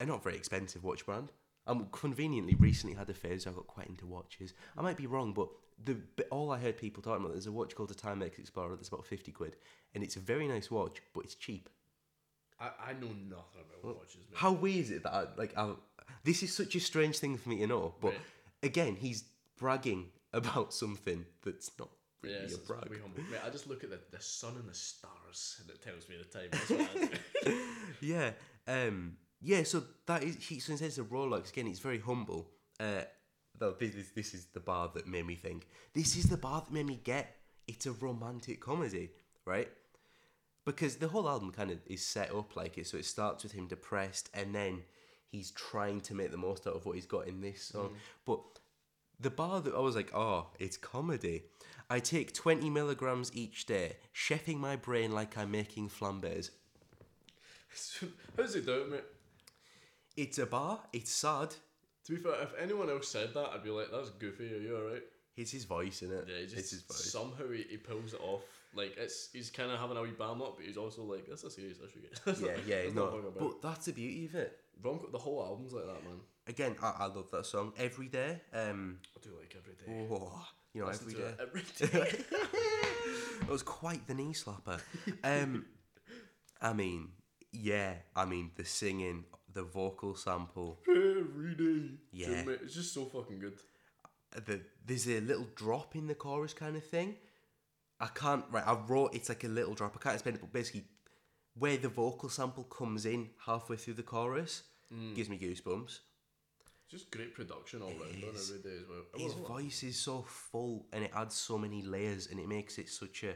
Speaker 1: a not very expensive watch brand. I'm conveniently recently had a phase. I got quite into watches. I might be wrong, but the but all I heard people talking about there's a watch called the Timex Explorer that's about fifty quid, and it's a very nice watch, but it's cheap.
Speaker 2: I, I know nothing about
Speaker 1: Oh.
Speaker 2: watches, mate.
Speaker 1: How weird is it that I, like I, this is such a strange thing for me to know? But
Speaker 2: Right.
Speaker 1: again, he's bragging about something that's not really
Speaker 2: Yeah, it's,
Speaker 1: a
Speaker 2: it's
Speaker 1: brag.
Speaker 2: way humble. Mate, I just look at the, the sun and the stars, and it tells me the time. That's what I do.
Speaker 1: yeah. Um, yeah, so that is he so says a Rolex again, he's very humble. Uh though this is this is the bar that made me think. This is the bar that made me get it's a romantic comedy, right? Because the whole album kind of is set up like it, so it starts with him depressed and then he's trying to make the most out of what he's got in this song. But the bar that I was like, oh, it's comedy. I take 20 milligrams each day, chefing my brain like I'm making flambers.
Speaker 2: So, How does he do it, mate?
Speaker 1: It's a bar. It's sad.
Speaker 2: To be fair, if anyone else said that, I'd be like, that's goofy, are you alright?
Speaker 1: It's his voice in it.
Speaker 2: Yeah, he just
Speaker 1: it's his voice.
Speaker 2: somehow he, he pulls it off. Like it's he's kind of having a wee bam up, but he's also like that's a serious issue. guys." That's
Speaker 1: yeah,
Speaker 2: not-
Speaker 1: yeah,
Speaker 2: that's not
Speaker 1: no.
Speaker 2: fucking about.
Speaker 1: But that's the beauty of it.
Speaker 2: Ronco, the whole album's like that, man.
Speaker 1: Again, I, I love that song every day. Um,
Speaker 2: I do like every day.
Speaker 1: oh, you know,
Speaker 2: Listen
Speaker 1: every
Speaker 2: to
Speaker 1: day.
Speaker 2: it every day.
Speaker 1: That was quite the knee slapper. Um, I mean, yeah, I mean the singing, the vocal sample.
Speaker 2: every day.
Speaker 1: Yeah.
Speaker 2: Dude, mate, it's just so fucking good.
Speaker 1: the there's a little drop in the chorus kind of thing. I can't right. I wrote it's like a little drop. I can't explain it, but basically, where the vocal sample comes in halfway through the chorus
Speaker 2: Mm.
Speaker 1: gives me goosebumps.
Speaker 2: Just great production all round on
Speaker 1: is.
Speaker 2: every day as well. I
Speaker 1: His
Speaker 2: wonder-
Speaker 1: voice is so full, and it adds so many layers, and it makes it such a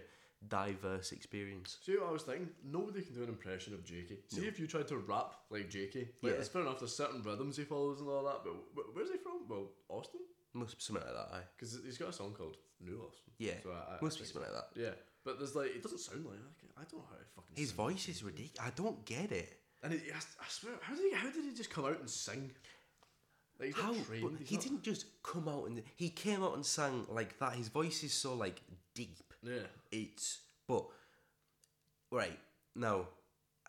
Speaker 1: diverse experience.
Speaker 2: See what I was thinking? Nobody can do an impression of Jakey. See if you tried to rap like Jakey. Like,
Speaker 1: Yeah.
Speaker 2: it's fair enough, there's certain rhythms he follows and all that, but wh- where's he from? Well, Austin?
Speaker 1: Must be something like that. Aye.
Speaker 2: Because he's got a song called New Austin.
Speaker 1: Yeah,
Speaker 2: So I, I,
Speaker 1: must
Speaker 2: I
Speaker 1: be
Speaker 2: think-
Speaker 1: something like that.
Speaker 2: Yeah, but there's like it doesn't sound like that. I don't know how it fucking.
Speaker 1: His
Speaker 2: sounds.
Speaker 1: voice is ridiculous. I don't get it.
Speaker 2: And he, I, I swear, how did he? How did he just come out and sing? Like, he's not
Speaker 1: How?
Speaker 2: trained,
Speaker 1: But
Speaker 2: he's
Speaker 1: he
Speaker 2: not-
Speaker 1: didn't just come out and he came out and sang like that. His voice is so like deep.
Speaker 2: Yeah.
Speaker 1: It's but right now,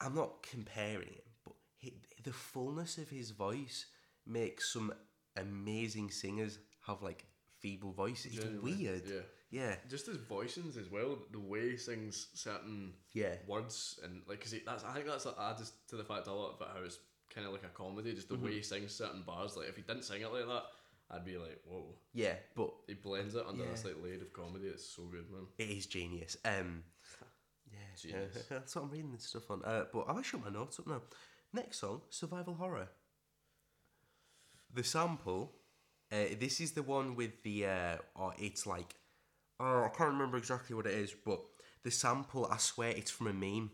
Speaker 1: I'm not comparing him, but he, the fullness of his voice makes some amazing singers have like feeble voices. It's
Speaker 2: Genuinely,
Speaker 1: weird.
Speaker 2: yeah.
Speaker 1: Yeah.
Speaker 2: Just his voicings as well, the way he sings certain
Speaker 1: Yeah.
Speaker 2: words and like because that's I think that's like, adds to the fact a lot about how it's kind of like a comedy, just the way he sings certain bars. Like if he didn't sing it like that, I'd be like, whoa.
Speaker 1: Yeah, but
Speaker 2: He blends it under
Speaker 1: Yeah.
Speaker 2: this like layer of comedy. It's so good, man.
Speaker 1: it is genius. Um, yeah,
Speaker 2: Genius.
Speaker 1: that's what I'm reading this stuff on. Uh, but I've actually got my notes up now. Next song, survival horror. The sample. Uh, this is the one with the. Uh, or it's like, oh, I can't remember exactly what it is, but the sample. I swear it's from a meme.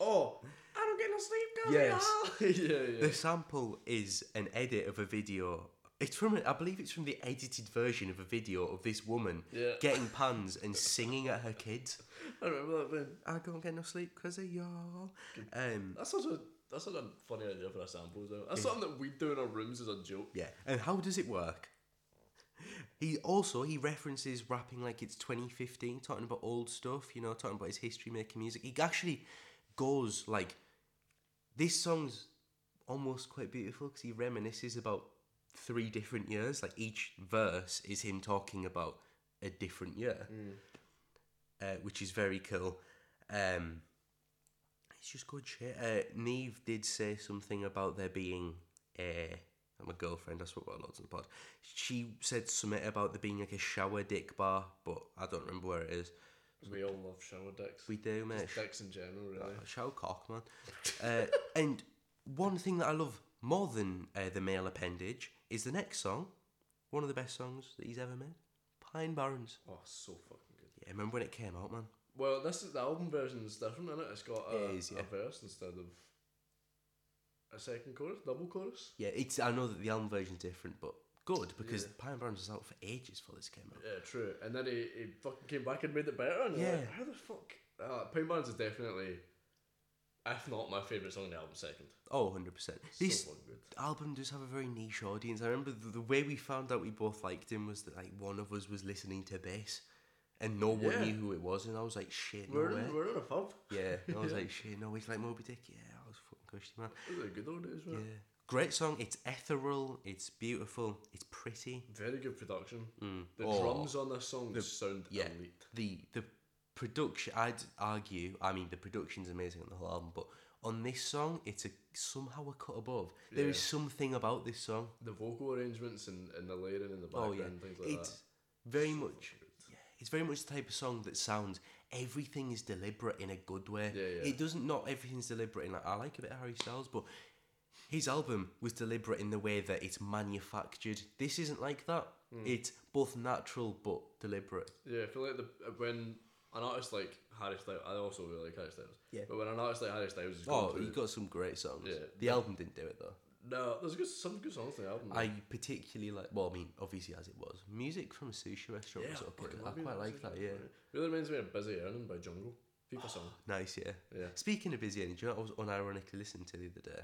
Speaker 2: Oh, I don't get no sleep, yeah, yeah.
Speaker 1: The sample is an edit of a video. It's from, a- I believe it's from the edited version of a video of this woman
Speaker 2: Yeah.
Speaker 1: getting pans and singing at her kids.
Speaker 2: I remember that thing.
Speaker 1: I don't get no sleep 'cause of y'all. Um,
Speaker 2: That's such a that's such a funny idea for a sample though. That's something that we do in our rooms as a joke.
Speaker 1: yeah. And how does it work? He also he references rapping like it's 2015, talking about old stuff. You know, talking about his history making music. He actually goes like, this song's almost quite beautiful because he reminisces about three different years. Like each verse is him talking about a different year, uh, which is very cool. Um, It's just good shit. Uh, Neve did say something about there being a. My girlfriend, I spoke about loads on the pod. She said something about there being like a shower dick bar, but I don't remember where it is.
Speaker 2: We all love shower dicks.
Speaker 1: We do, mate. Sh-
Speaker 2: dicks in general, really.
Speaker 1: Shower cock, man. Uh, and one thing that I love more than uh, the male appendage is the next song, one of the best songs that he's ever made, Pine Barrens.
Speaker 2: Oh, so fucking good.
Speaker 1: Yeah, remember when it came out, man?
Speaker 2: Well, this is the album version is different, isn't it? It's got a,
Speaker 1: It is, yeah.
Speaker 2: a verse instead of a second chorus, double chorus.
Speaker 1: Yeah, it's. I know that the album version's different, but good because Pine Barrens was out for ages before this came out.
Speaker 2: Yeah, true. And then he, he fucking came back and made it better. And yeah.
Speaker 1: Yeah.
Speaker 2: Like, how the fuck? Uh, Pine Barrens is definitely, if not my favourite song on the album, second.
Speaker 1: Oh, 100%. This
Speaker 2: so fucking good.
Speaker 1: album does have a very niche audience. I remember the, the way we found out we both liked him was that like one of us was listening to this and no one
Speaker 2: Yeah.
Speaker 1: knew who it was and I was like, shit, no
Speaker 2: We're,
Speaker 1: way.
Speaker 2: in, we're in a pub.
Speaker 1: yeah, and I was like, shit, no, he's like Moby Dick. Yeah, I was fucking cushy, man.
Speaker 2: Those are good old days, man.
Speaker 1: Yeah. Great song. It's ethereal. It's beautiful. It's pretty.
Speaker 2: Very good production. Mm. The
Speaker 1: Oh.
Speaker 2: drums on this song sound
Speaker 1: yeah.
Speaker 2: elite.
Speaker 1: The the production, I'd argue, I mean, the production's amazing on the whole album, but on this song, it's a somehow a cut above. There is
Speaker 2: Yeah.
Speaker 1: something about this song
Speaker 2: The vocal arrangements and, and the layering in the background, things like
Speaker 1: Oh, it's very much. Yeah, it's very much the type of song that sounds. Everything is deliberate in a good way.
Speaker 2: Yeah, yeah.
Speaker 1: It doesn't. Not everything's deliberate. In like I like a bit of Harry Styles, but his album was deliberate in the way that it's manufactured. This isn't like that.
Speaker 2: Hmm.
Speaker 1: It's both natural but deliberate.
Speaker 2: that. Yeah, I feel like the uh, when an artist like Harry Styles, I also really like Harry Styles.
Speaker 1: Yeah.
Speaker 2: But when an artist like Harry Styles is going
Speaker 1: Oh,
Speaker 2: through,
Speaker 1: he got some great songs.
Speaker 2: Yeah.
Speaker 1: The album didn't do it though.
Speaker 2: no, there's good some good songs on the album.
Speaker 1: I particularly like. Well, I mean, obviously as it was, music from a sushi restaurant was okay. I
Speaker 2: love
Speaker 1: quite like that. Yeah. Ah.
Speaker 2: Really reminds me of Busy Earning by Jungle. People song.
Speaker 1: Nice, yeah.
Speaker 2: Yeah.
Speaker 1: Speaking of busy energy, do you know what I was unironically listening to the other day?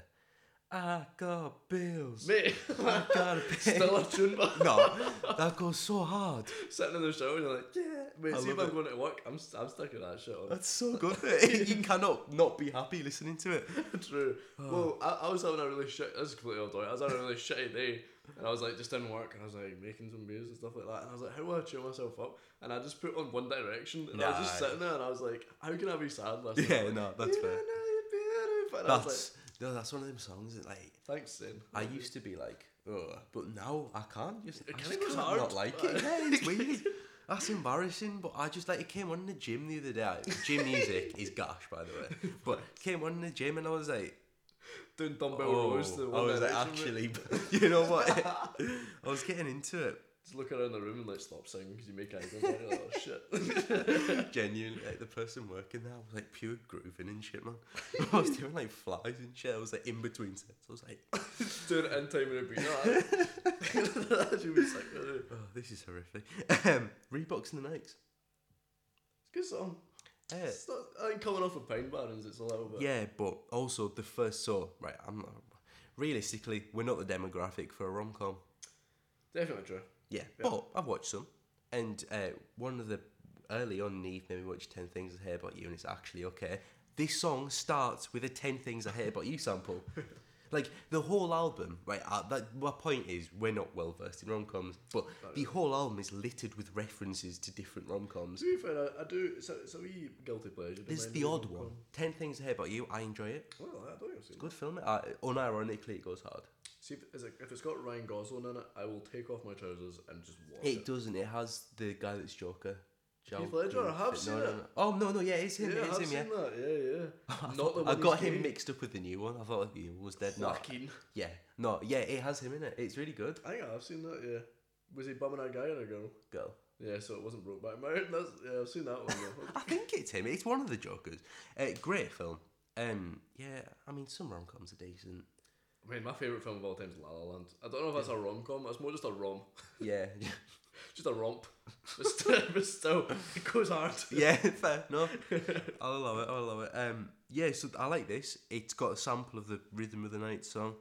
Speaker 1: I got bills.
Speaker 2: Mate,
Speaker 1: I got a bill.
Speaker 2: still a tune, but
Speaker 1: no, that goes so hard.
Speaker 2: sitting in the shower and you're like, yeah. Mate,
Speaker 1: I
Speaker 2: see if
Speaker 1: love
Speaker 2: I'm going to work, I'm, st- I'm sticking that shit on.
Speaker 1: That's so good. you cannot not be happy listening to it.
Speaker 2: True. Well, I, I was having a really shit. This is completely off topic. I was having a really shitty day, and I was like just in work, and I was like making some beers and stuff like that. And I was like, how will I cheer myself up? And I just put on One Direction, and I was just
Speaker 1: Nice.
Speaker 2: sitting there, and I was like, how can I be sad? Last
Speaker 1: Yeah, no, that's
Speaker 2: you
Speaker 1: fair.
Speaker 2: Don't know you're beautiful. And I was
Speaker 1: That's no, that's one of them songs that like
Speaker 2: like, thanks, Sin.
Speaker 1: I used to be like, oh, but now I can't. Just, I
Speaker 2: kinda
Speaker 1: just
Speaker 2: goes
Speaker 1: can't
Speaker 2: hard.
Speaker 1: not like it. Yeah, it's weird. That's embarrassing, but I just like it came on in the gym the other day. Gym music is gosh, by the way. But came on in the gym and I was like,
Speaker 2: doing dumbbell
Speaker 1: Oh,
Speaker 2: rows. To the
Speaker 1: I
Speaker 2: One
Speaker 1: was like,
Speaker 2: Direction, mate.
Speaker 1: actually, you know what? I was getting into it.
Speaker 2: just look around the room and like stop singing because you make eye contact. You're like, oh shit.
Speaker 1: Genuinely, like the person working there was like pure grooving and shit, man. I was doing like flies and shit. I was like in between sets. I was like,
Speaker 2: doing it in time and a beat. No, that should be sick. wouldn't it?
Speaker 1: oh, this is horrific. Um, Reeboks and the Nikes.
Speaker 2: It's a good song.
Speaker 1: Uh,
Speaker 2: It's not, I think coming off of Pine Barrens, it's a little bit.
Speaker 1: yeah, but also the first so right. I'm not, realistically, we're not the demographic for a rom com.
Speaker 2: Definitely true.
Speaker 1: Yeah, but I've watched some, and uh, one of the early on Neve made me watch Ten Things I Hate About You, and it's actually okay. This song starts with a Ten Things I Hate About You sample. Like the whole album, right? Uh, that my point is, we're not well versed in rom coms, but the whole album is littered with references to different rom coms.
Speaker 2: To be fair, I, I do. It's a, it's a wee guilty pleasure. to
Speaker 1: There's
Speaker 2: mine,
Speaker 1: the
Speaker 2: you know,
Speaker 1: odd one. Ten Things I Hate About You, I enjoy it.
Speaker 2: Well, I don't think I've seen
Speaker 1: Good film. Uh, unironically, it goes hard.
Speaker 2: See, if, is it, if it's got Ryan Gosling in it, I will take off my trousers and just watch it.
Speaker 1: It doesn't. It has the guy that's Joker.
Speaker 2: Heath Ledger, I
Speaker 1: No,
Speaker 2: have seen
Speaker 1: no,
Speaker 2: it.
Speaker 1: no. Oh no, no, yeah, it's him.
Speaker 2: Yeah,
Speaker 1: it's
Speaker 2: I've
Speaker 1: him.
Speaker 2: seen
Speaker 1: Yeah.
Speaker 2: that. Yeah, yeah. Not the
Speaker 1: I
Speaker 2: one
Speaker 1: got
Speaker 2: he's
Speaker 1: him
Speaker 2: gay.
Speaker 1: mixed up with the new one. I thought oh, he was dead. No,
Speaker 2: Joaquin.
Speaker 1: yeah, no, yeah, it has him in it. It's really good.
Speaker 2: I think I've seen that. Yeah. Was he bumming a guy or a girl?
Speaker 1: Girl,
Speaker 2: Yeah, so it wasn't Brokeback Mountain. That's, yeah, I've seen that one. Though.
Speaker 1: I think it's him. It's one of the Jokers. Uh, great film. Um, yeah, I mean some rom coms are decent.
Speaker 2: I mean, my favorite film of all time is La La Land. I don't know if that's a rom com. It's more just a rom,
Speaker 1: Yeah,
Speaker 2: just a romp. But still, but still it goes hard.
Speaker 1: yeah, fair enough. I'll allow it. I'll allow it. Um, yeah, so I like this. It's got a sample of the Rhythm of the Night song.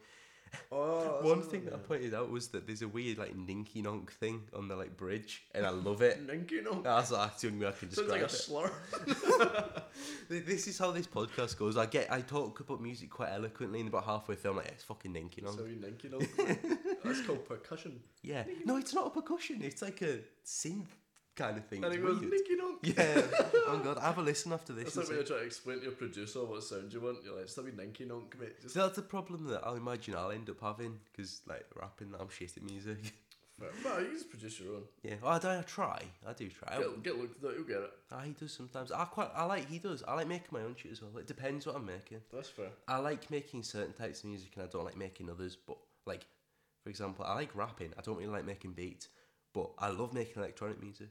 Speaker 2: Oh, that's
Speaker 1: One
Speaker 2: another
Speaker 1: thing that I pointed out was that there's a weird like ninky nonk thing on the like bridge, and I love it.
Speaker 2: Ninky, no.
Speaker 1: That's the only way I can
Speaker 2: Sounds
Speaker 1: describe
Speaker 2: like a
Speaker 1: it.
Speaker 2: slur.
Speaker 1: Th- This is how this podcast goes. I get I talk about music quite eloquently, and about halfway through, I'm like, "Yeah, it's fucking ninky nonk.
Speaker 2: so you ninky, no. That's called percussion.
Speaker 1: yeah, no, it's not a percussion. It's like a synth kind of thing.
Speaker 2: And
Speaker 1: It's
Speaker 2: he goes,
Speaker 1: weird.
Speaker 2: Ninky Nonk.
Speaker 1: Yeah. oh god, have a listen after this.
Speaker 2: It's
Speaker 1: and
Speaker 2: like when
Speaker 1: see.
Speaker 2: you're trying to explain to your producer what sound you want. You're like, it's not be Ninky Nonk, mate. Just
Speaker 1: So that's a problem that I imagine I'll end up having because like rapping, I'm shit at music.
Speaker 2: no, you can just produce your own.
Speaker 1: yeah, well, I, do, I try. I do try. I,
Speaker 2: Get, get looked at, you'll get it.
Speaker 1: Ah, he does sometimes. I quite I like he does. I like making my own shit as well. It depends what I'm making.
Speaker 2: That's fair.
Speaker 1: I like making certain types of music and I don't like making others. But like, for example, I like rapping. I don't really like making beats, but I love making electronic music.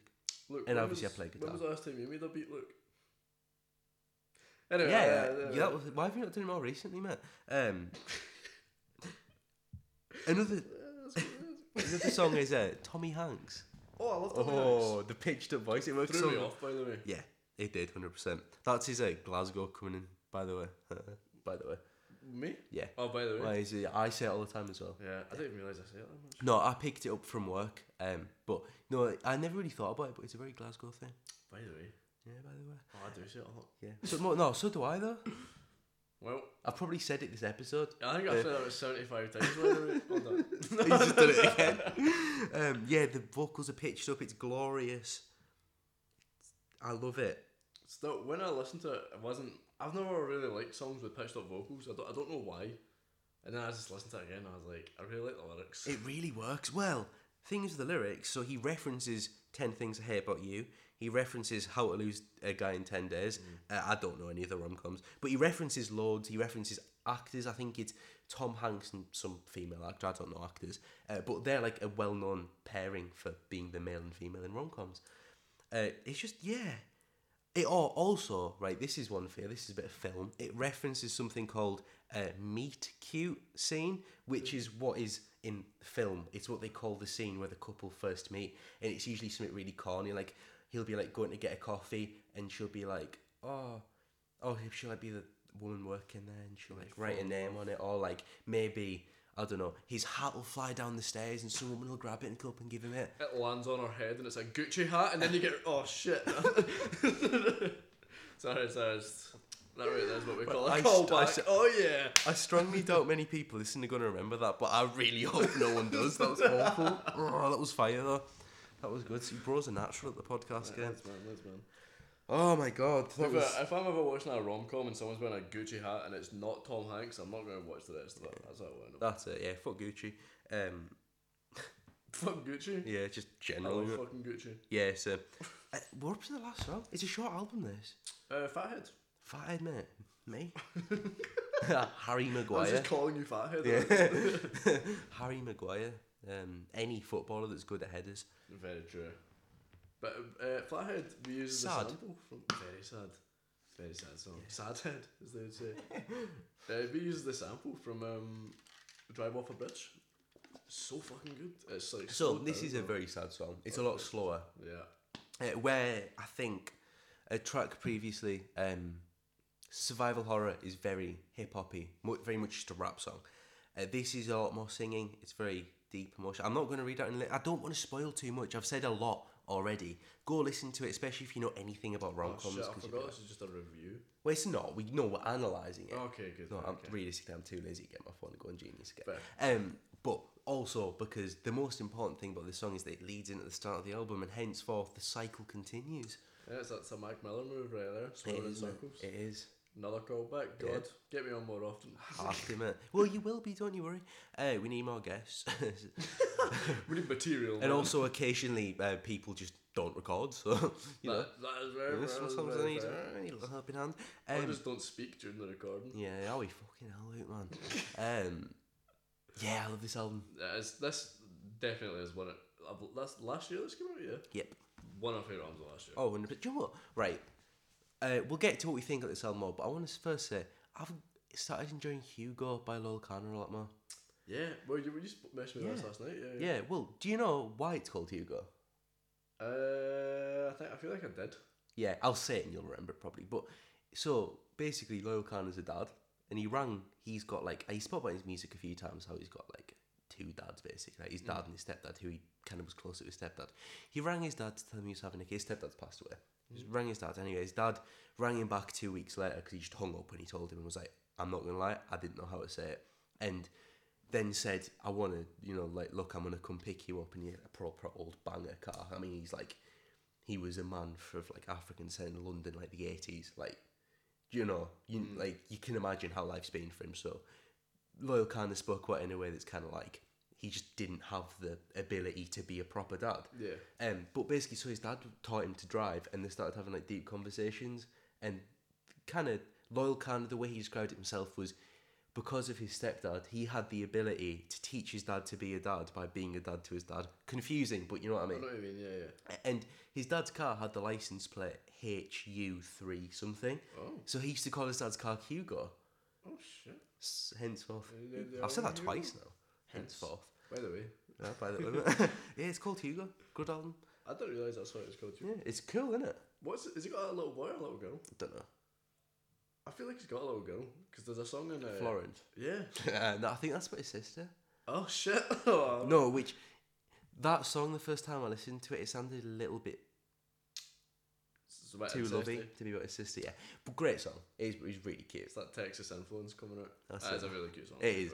Speaker 2: Look,
Speaker 1: And
Speaker 2: when
Speaker 1: obviously I
Speaker 2: was-
Speaker 1: play guitar.
Speaker 2: When was the last time you made a beat look? Anyway, uh,
Speaker 1: yeah,
Speaker 2: yeah,
Speaker 1: yeah, that was, why have you not done it more recently, mate? Um, another another song is uh, Tommy Hanks.
Speaker 2: Oh, I love Tommy Hanks.
Speaker 1: Oh, the pitched up voice. It works
Speaker 2: Threw me
Speaker 1: so.
Speaker 2: off, by the way.
Speaker 1: Yeah, it did hundred percent. That's his uh, Glasgow coming in. By the way, by the way,
Speaker 2: Me?
Speaker 1: yeah.
Speaker 2: Oh, by the way.
Speaker 1: Why is it? I say it all the time as well.
Speaker 2: Yeah, I didn't even realise I said it that much.
Speaker 1: No, I picked it up from work. Um, but no, I never really thought about it. But it's a very Glasgow thing.
Speaker 2: By the way.
Speaker 1: Yeah, by the way.
Speaker 2: Oh, I do say it a lot.
Speaker 1: Yeah. So no, no, so do I though.
Speaker 2: Well,
Speaker 1: I've probably said it this episode.
Speaker 2: I think I've said that about 75 times, by the way. Hold on.
Speaker 1: He's just done it again. Um, yeah, the vocals are pitched up. It's glorious. I love it.
Speaker 2: Still, when I listened to it, it wasn't. I've never really liked songs with pitched up vocals. I don't, I don't know why. And then I just listened to it again and I was like, I really like the lyrics.
Speaker 1: It really works well. Thing is, with the lyrics. So he references ten things I hate about you. He references how to lose a guy in ten days. Uh, I don't know any of the rom coms, but he references loads. He references actors. I think it's Tom Hanks and some female actor. I don't know actors, uh, but they're like a well-known pairing for being the male and female in rom coms. Uh, it's just yeah. It all also right. This is one fear. This is a bit of film. It references something called a meet cute scene, which is what is in film. It's what they call the scene where the couple first meet, and it's usually something really corny. Like he'll be like going to get a coffee, and she'll be like, "Oh, oh, she'll like be the woman working there, and she'll like write a name on it, or like maybe." I don't know. His hat will fly down the stairs, and some woman will grab it and come up and give him it.
Speaker 2: It lands on her head and it's a Gucci hat, and then you get, oh shit. sorry, sorry. It's, that right there's what we call a
Speaker 1: I st- I
Speaker 2: callback.
Speaker 1: st-
Speaker 2: oh yeah.
Speaker 1: I strongly doubt many people listening are going to remember that, but I really hope no one does. That was awful. Oh, that was fire, though. That was good. So you bros are natural at the podcast game.
Speaker 2: That's man, that's man.
Speaker 1: Oh my god, that
Speaker 2: If,
Speaker 1: was.
Speaker 2: I, if I'm ever watching a rom com and someone's wearing a Gucci hat and it's not Tom Hanks, I'm not going to watch the rest of it. That's how I know.
Speaker 1: That's it. Yeah, fuck Gucci. Um,
Speaker 2: Fuck Gucci.
Speaker 1: yeah, just
Speaker 2: I love
Speaker 1: generally.
Speaker 2: fucking Gucci.
Speaker 1: Yeah, so uh, we're up to the last song. It's a short album. This
Speaker 2: Uh, fathead.
Speaker 1: fathead mate, me, Harry
Speaker 2: I was
Speaker 1: Maguire,
Speaker 2: just calling you fathead.
Speaker 1: Harry Maguire. Um, any footballer that's good at headers.
Speaker 2: Very true. But uh, Flathead, we use the
Speaker 1: Sad.
Speaker 2: sample from very sad, very sad song. Sad head, as they would say. uh, we use the sample from um, Drive Off a Bridge. So fucking good. Uh, It's like
Speaker 1: So
Speaker 2: slowed
Speaker 1: this
Speaker 2: down,
Speaker 1: is a
Speaker 2: though.
Speaker 1: very sad song. It's a lot slower.
Speaker 2: yeah.
Speaker 1: uh, where I think a track previously. Um, survival horror is very hip hoppy, mu- very much just a rap song. Uh, this is a lot more singing. It's very deep emotion. I'm not going to read out. In li- I don't want to spoil too much. I've said a lot already. Go listen to it, especially if you know anything about rom
Speaker 2: Oh,
Speaker 1: coms.
Speaker 2: shit, I forgot this is just a review.
Speaker 1: well, it's not. We know we're analysing it.
Speaker 2: Okay, good.
Speaker 1: No, I'm
Speaker 2: okay.
Speaker 1: realistically, I'm too lazy to get my phone and go on Genius again. Um, but also because the most important thing about this song is that it leads in at the start of the album, and henceforth the cycle continues.
Speaker 2: Yeah, it's, that's a Mike Miller move right there.
Speaker 1: It
Speaker 2: Swimming in
Speaker 1: is, mate.
Speaker 2: circles.
Speaker 1: It is.
Speaker 2: Another callback. God,
Speaker 1: Yeah.
Speaker 2: get me on more often.
Speaker 1: Ask him it. Well, you will be. Don't you worry. Uh, we need more guests,
Speaker 2: we need material.
Speaker 1: and
Speaker 2: man.
Speaker 1: also occasionally uh, people just don't record. So you know,
Speaker 2: that, that is very, very,
Speaker 1: sometimes I
Speaker 2: very
Speaker 1: need,
Speaker 2: fair.
Speaker 1: I need a little helping hand.
Speaker 2: I
Speaker 1: Um,
Speaker 2: just don't speak during the recording.
Speaker 1: yeah, oh, we fucking hell, out, man. Um, yeah, I love this album.
Speaker 2: Yeah, it's, this definitely is one of I've- that's last year this came out. Yeah,
Speaker 1: Yep.
Speaker 2: one of my favorite albums of last year.
Speaker 1: Oh, and but do you know what? Right. Uh, we'll get to what we think of this album more, but I want to first say I've started enjoying Hugo by Lol Connor a lot more.
Speaker 2: Yeah, well, you, you just messaged me
Speaker 1: Yeah.
Speaker 2: this last night. Yeah, yeah.
Speaker 1: Yeah, well, do you know why it's called Hugo?
Speaker 2: Uh, I think I feel like I did.
Speaker 1: Yeah, I'll say it and you'll remember it probably. But so basically, Lol Connor's a dad, and he rang. He's got like he spoke about his music a few times how he's got like two dads basically, like his dad and his stepdad, who he kind of was close to his stepdad. He rang his dad to tell him he was having a kid. His stepdad's passed away. He just rang his dad anyway. His dad rang him back two weeks later because he just hung up when he told him and was like, "I'm not gonna lie, I didn't know how to say it," and then said, "I want to, you know, like look, I'm gonna come pick you up in your proper old banger car." I mean, he's like he was a man for like African descent in London, like the eighties. Like, you know, you like you can imagine how life's been for him. So, Loyal kind of spoke about it in a way that's kind of like he just didn't have the ability to be a proper dad.
Speaker 2: Yeah.
Speaker 1: Um, but basically, so his dad taught him to drive, and they started having like deep conversations. And kind of loyal, kind of the way he described it himself was because of his stepdad, he had the ability to teach his dad to be a dad by being a dad to his dad. Confusing, but you know what I mean.
Speaker 2: I know what you mean. Yeah, yeah.
Speaker 1: And his dad's car had the license plate HU3 something.
Speaker 2: Oh.
Speaker 1: So he used to call his dad's car Hugo.
Speaker 2: Oh shit.
Speaker 1: S- Henceforth.
Speaker 2: Yeah, yeah,
Speaker 1: I've said that
Speaker 2: Hugo.
Speaker 1: twice now. Henceforth.
Speaker 2: By the way,
Speaker 1: Yeah, by the way. yeah, it's called Hugo. Good album.
Speaker 2: I didn't realize that's what it's called. Too.
Speaker 1: Yeah, it's cool, isn't it?
Speaker 2: What's it? Has he got a little boy or a little girl?
Speaker 1: I don't know.
Speaker 2: I feel like he's got a little girl because there's a song in uh,
Speaker 1: Florence. Uh,
Speaker 2: Yeah.
Speaker 1: no, I think that's about his sister.
Speaker 2: Oh shit. Oh,
Speaker 1: No, which that song the first time I listened to it, it sounded a little bit
Speaker 2: It's about
Speaker 1: too
Speaker 2: incest,
Speaker 1: loving
Speaker 2: eh?
Speaker 1: to be about his sister. Yeah, but great song. It's, it's really cute.
Speaker 2: It's that Texas influence coming out.
Speaker 1: That's
Speaker 2: that
Speaker 1: it.
Speaker 2: is a really cute song.
Speaker 1: It is.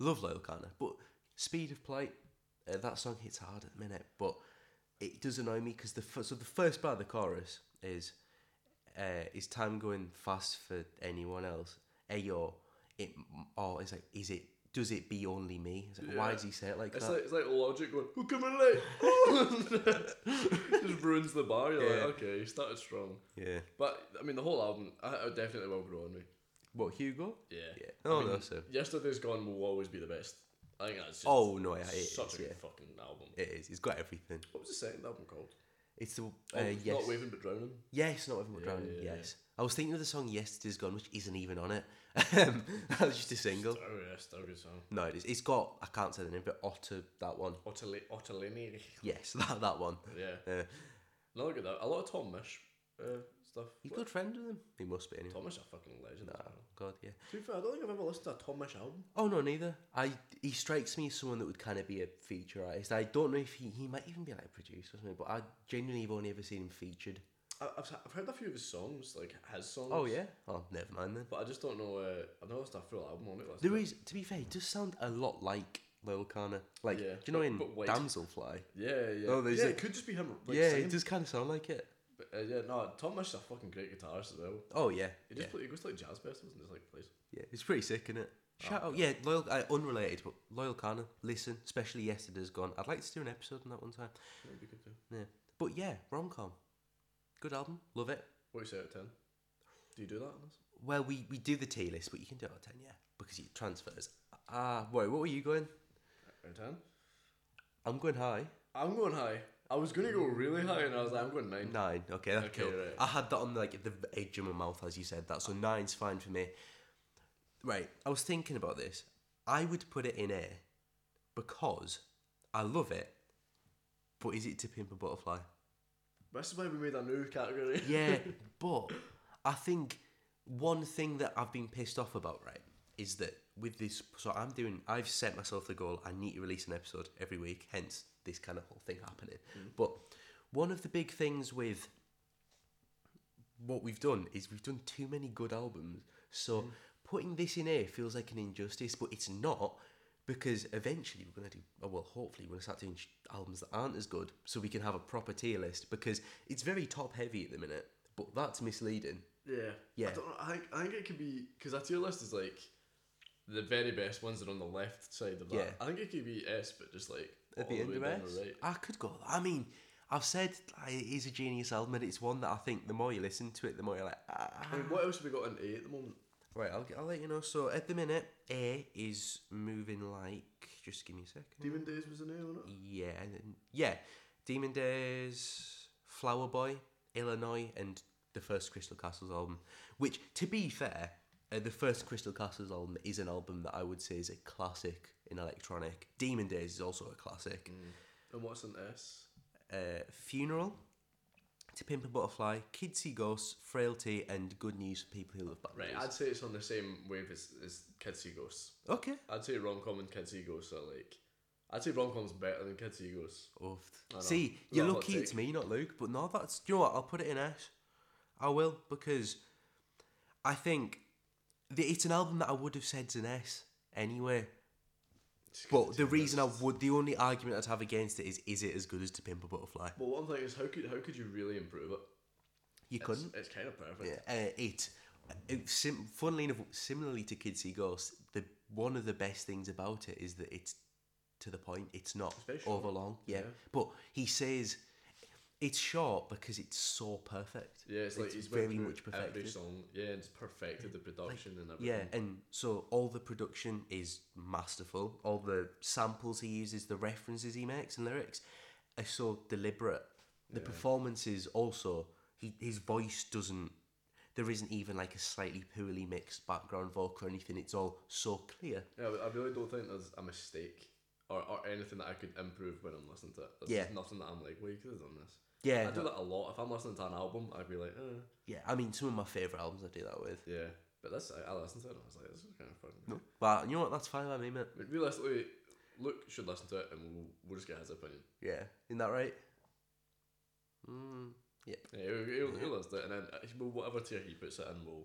Speaker 1: Love Loyal Connor. But Speed of Plight, uh, that song hits hard at the minute, but it does annoy me because the f- so the first part of the chorus is uh, is time going fast for anyone else? Ayo, it or it's like is it does it be only me? It's like, Why
Speaker 2: Yeah.
Speaker 1: does he say it like
Speaker 2: It's
Speaker 1: that?
Speaker 2: like it's like logic going. Who can relate? Just ruins the bar. You're
Speaker 1: Yeah.
Speaker 2: like, okay, you started strong,
Speaker 1: yeah.
Speaker 2: but I mean the whole album. I, I definitely will grow on me.
Speaker 1: What Hugo?
Speaker 2: Yeah.
Speaker 1: Yeah.
Speaker 2: I
Speaker 1: Oh
Speaker 2: mean,
Speaker 1: no, so
Speaker 2: Yesterday's Gone will always be the best. I think that's just
Speaker 1: oh no, yeah, it is.
Speaker 2: such a
Speaker 1: yeah.
Speaker 2: good fucking album.
Speaker 1: It is. It's got everything.
Speaker 2: What was the second album called?
Speaker 1: It's the uh,
Speaker 2: Oh,
Speaker 1: yes.
Speaker 2: Not Waving But Drowning.
Speaker 1: Yes, not even yeah,
Speaker 2: Yeah,
Speaker 1: drowning.
Speaker 2: yeah, yeah.
Speaker 1: yes, I was thinking of the song "Yesterday's Gone," which isn't even on it. Um, that was just a single.
Speaker 2: Oh yeah, still a good song.
Speaker 1: No, it is. It's got. I can't say the name, but Otter. That one.
Speaker 2: Ottolini. Ottolini.
Speaker 1: Yes, that that one.
Speaker 2: Yeah.
Speaker 1: Uh,
Speaker 2: No, look at that. A lot of Tom Mish uh, stuff.
Speaker 1: he's a good friend with him. He must be anyway.
Speaker 2: Tom Mish is a fucking legend. as well.
Speaker 1: God, yeah.
Speaker 2: To be fair, I don't think I've ever listened to a Tom Mish album.
Speaker 1: Oh no, neither. I he strikes me as someone that would kind of be a feature artist. I don't know if he he might even be like a producer or something, but I genuinely have only ever seen him featured.
Speaker 2: I, I've, I've heard a few of his songs, like his songs.
Speaker 1: Oh yeah. Oh, never mind then.
Speaker 2: But I just don't know. Uh, I've noticed a full album on it. Last
Speaker 1: There
Speaker 2: night.
Speaker 1: is, to be fair, he does sound a lot like Lil Kana. Like,
Speaker 2: Yeah,
Speaker 1: do you know
Speaker 2: but-
Speaker 1: in
Speaker 2: but white.
Speaker 1: Damselfly?
Speaker 2: Yeah, yeah.
Speaker 1: Oh, there's
Speaker 2: yeah,
Speaker 1: a-
Speaker 2: it could just be him. Like,
Speaker 1: yeah,
Speaker 2: singing.
Speaker 1: it does kind of sound like it.
Speaker 2: But, uh, yeah, no, Tom Mish is a fucking great guitarist as well.
Speaker 1: Oh yeah,
Speaker 2: He
Speaker 1: yeah,
Speaker 2: just play, he goes to like jazz festivals and just like plays.
Speaker 1: yeah. It's pretty sick, isn't it? Shout out, yeah, loyal, uh, unrelated, but loyal Kana. Listen, especially yesterday's gone. I'd like to do an episode on that one time.
Speaker 2: That'd be good too.
Speaker 1: Yeah, but yeah, rom com, good album, love it.
Speaker 2: What do you say out of ten? Do you do that on this?
Speaker 1: Well, we we do the T list, but you can do it out of ten, yeah, because it transfers. Ah, wait, what were you going?
Speaker 2: Out of ten?
Speaker 1: I'm going high.
Speaker 2: I'm going high. I was gonna go really high, and I was like, I'm going nine.
Speaker 1: Nine. Okay, that's
Speaker 2: Okay,
Speaker 1: cool.
Speaker 2: right.
Speaker 1: I had that on like the edge of my mouth as you said that, so nine's fine for me. Right, I was thinking about this. I would put it in A because I love it. But is it to pimp a butterfly?
Speaker 2: This is why we made a new category.
Speaker 1: Yeah, But I think one thing that I've been pissed off about, right, is that with this, so I'm doing, I've set myself the goal, I need to release an episode every week, hence this kind of whole thing happening.
Speaker 2: Mm.
Speaker 1: But one of the big things with what we've done is we've done too many good albums. So
Speaker 2: Mm.
Speaker 1: putting this in here feels like an injustice, but it's not because eventually we're going to do, oh, well, hopefully we're going to start doing sh- albums that aren't as good so we can have a proper tier list because it's very top heavy at the minute, but that's misleading.
Speaker 2: Yeah.
Speaker 1: Yeah.
Speaker 2: I don't know. I think, I think it could be because our tier list is like the very best ones are on the left side of that.
Speaker 1: Yeah.
Speaker 2: I think it could be S, but just like
Speaker 1: At the
Speaker 2: all
Speaker 1: end
Speaker 2: way
Speaker 1: of
Speaker 2: down
Speaker 1: it,
Speaker 2: the right.
Speaker 1: I could go. I mean, I've said like, it is a genius album, and it's one that I think the more you listen to it, the more you're like, ah.
Speaker 2: I mean, what else have we got in A at the moment?
Speaker 1: Right, I'll, I'll let you know. So at the minute, A is moving like. Just give me a second.
Speaker 2: Demon Days was an A, wasn't it?
Speaker 1: Yeah, and then, yeah. Demon Days, Flower Boy, Illinois, and the first Crystal Castles album. Which, to be fair, uh, the first Crystal Castles album is an album that I would say is a classic in electronic. Demon Days is also a classic.
Speaker 2: Mm. And what's an S?
Speaker 1: Uh, Funeral, To Pimp a Butterfly, Kids See Ghosts, Frailty, and Good News for People Who Love Bad
Speaker 2: Right,
Speaker 1: News.
Speaker 2: I'd say it's on the same wave as, as Kids See Ghosts.
Speaker 1: Okay.
Speaker 2: I'd say rom com and Kids See Ghosts are like. I'd say rom com's better than Kids See Ghosts. know.
Speaker 1: Oofed. See,
Speaker 2: Not
Speaker 1: you're
Speaker 2: a hot
Speaker 1: lucky it's
Speaker 2: take.
Speaker 1: me, not Luke. But no, that's. Do you know what? I'll put it in S. I will, because I think the, it's an album that I would have said's an S anyway. But the reason I would, the only argument I'd have against it is, is it as good as To Pimp a Butterfly?
Speaker 2: Well, one thing is, how could how could you really improve it?
Speaker 1: You couldn't.
Speaker 2: It's, it's kind of perfect.
Speaker 1: Yeah, uh, it. it sim- funnily enough, similarly to Kids See Ghosts, the one of the best things about it is that it's to the point. It's not
Speaker 2: very short.
Speaker 1: overlong. Yeah.
Speaker 2: Yeah.
Speaker 1: but he says it's short because it's so perfect.
Speaker 2: Yeah, it's, like
Speaker 1: It's
Speaker 2: he's
Speaker 1: very
Speaker 2: very
Speaker 1: much
Speaker 2: much
Speaker 1: perfected.
Speaker 2: Every song, yeah, and it's perfected the production and everything.
Speaker 1: Yeah, and so all the production is masterful. All the samples he uses, the references he makes, and lyrics are so deliberate. The performances also, he, his voice doesn't. There isn't even like a slightly poorly mixed background vocal or anything. It's all so clear.
Speaker 2: Yeah, but I really don't think there's a mistake or, or anything that I could improve when I'm listening to it. There's
Speaker 1: Yeah.
Speaker 2: just nothing that I'm like, well, you could have done this.
Speaker 1: Yeah,
Speaker 2: I do
Speaker 1: that-
Speaker 2: that a lot. If I'm listening to an album, I'd be like, eh,
Speaker 1: yeah. I mean, some of my favorite albums I do that with.
Speaker 2: yeah. But this, I, I listened to it and I was like, this is kind of fucking. No.
Speaker 1: But you know what? That's fine by me, mate.
Speaker 2: Realistically, Luke should listen to it and we'll, we'll just get his opinion.
Speaker 1: Yeah, isn't that right? Mm, yeah,
Speaker 2: Yeah, he'll, he'll, he'll listen to it and then uh, well, whatever tier he puts it in, we'll,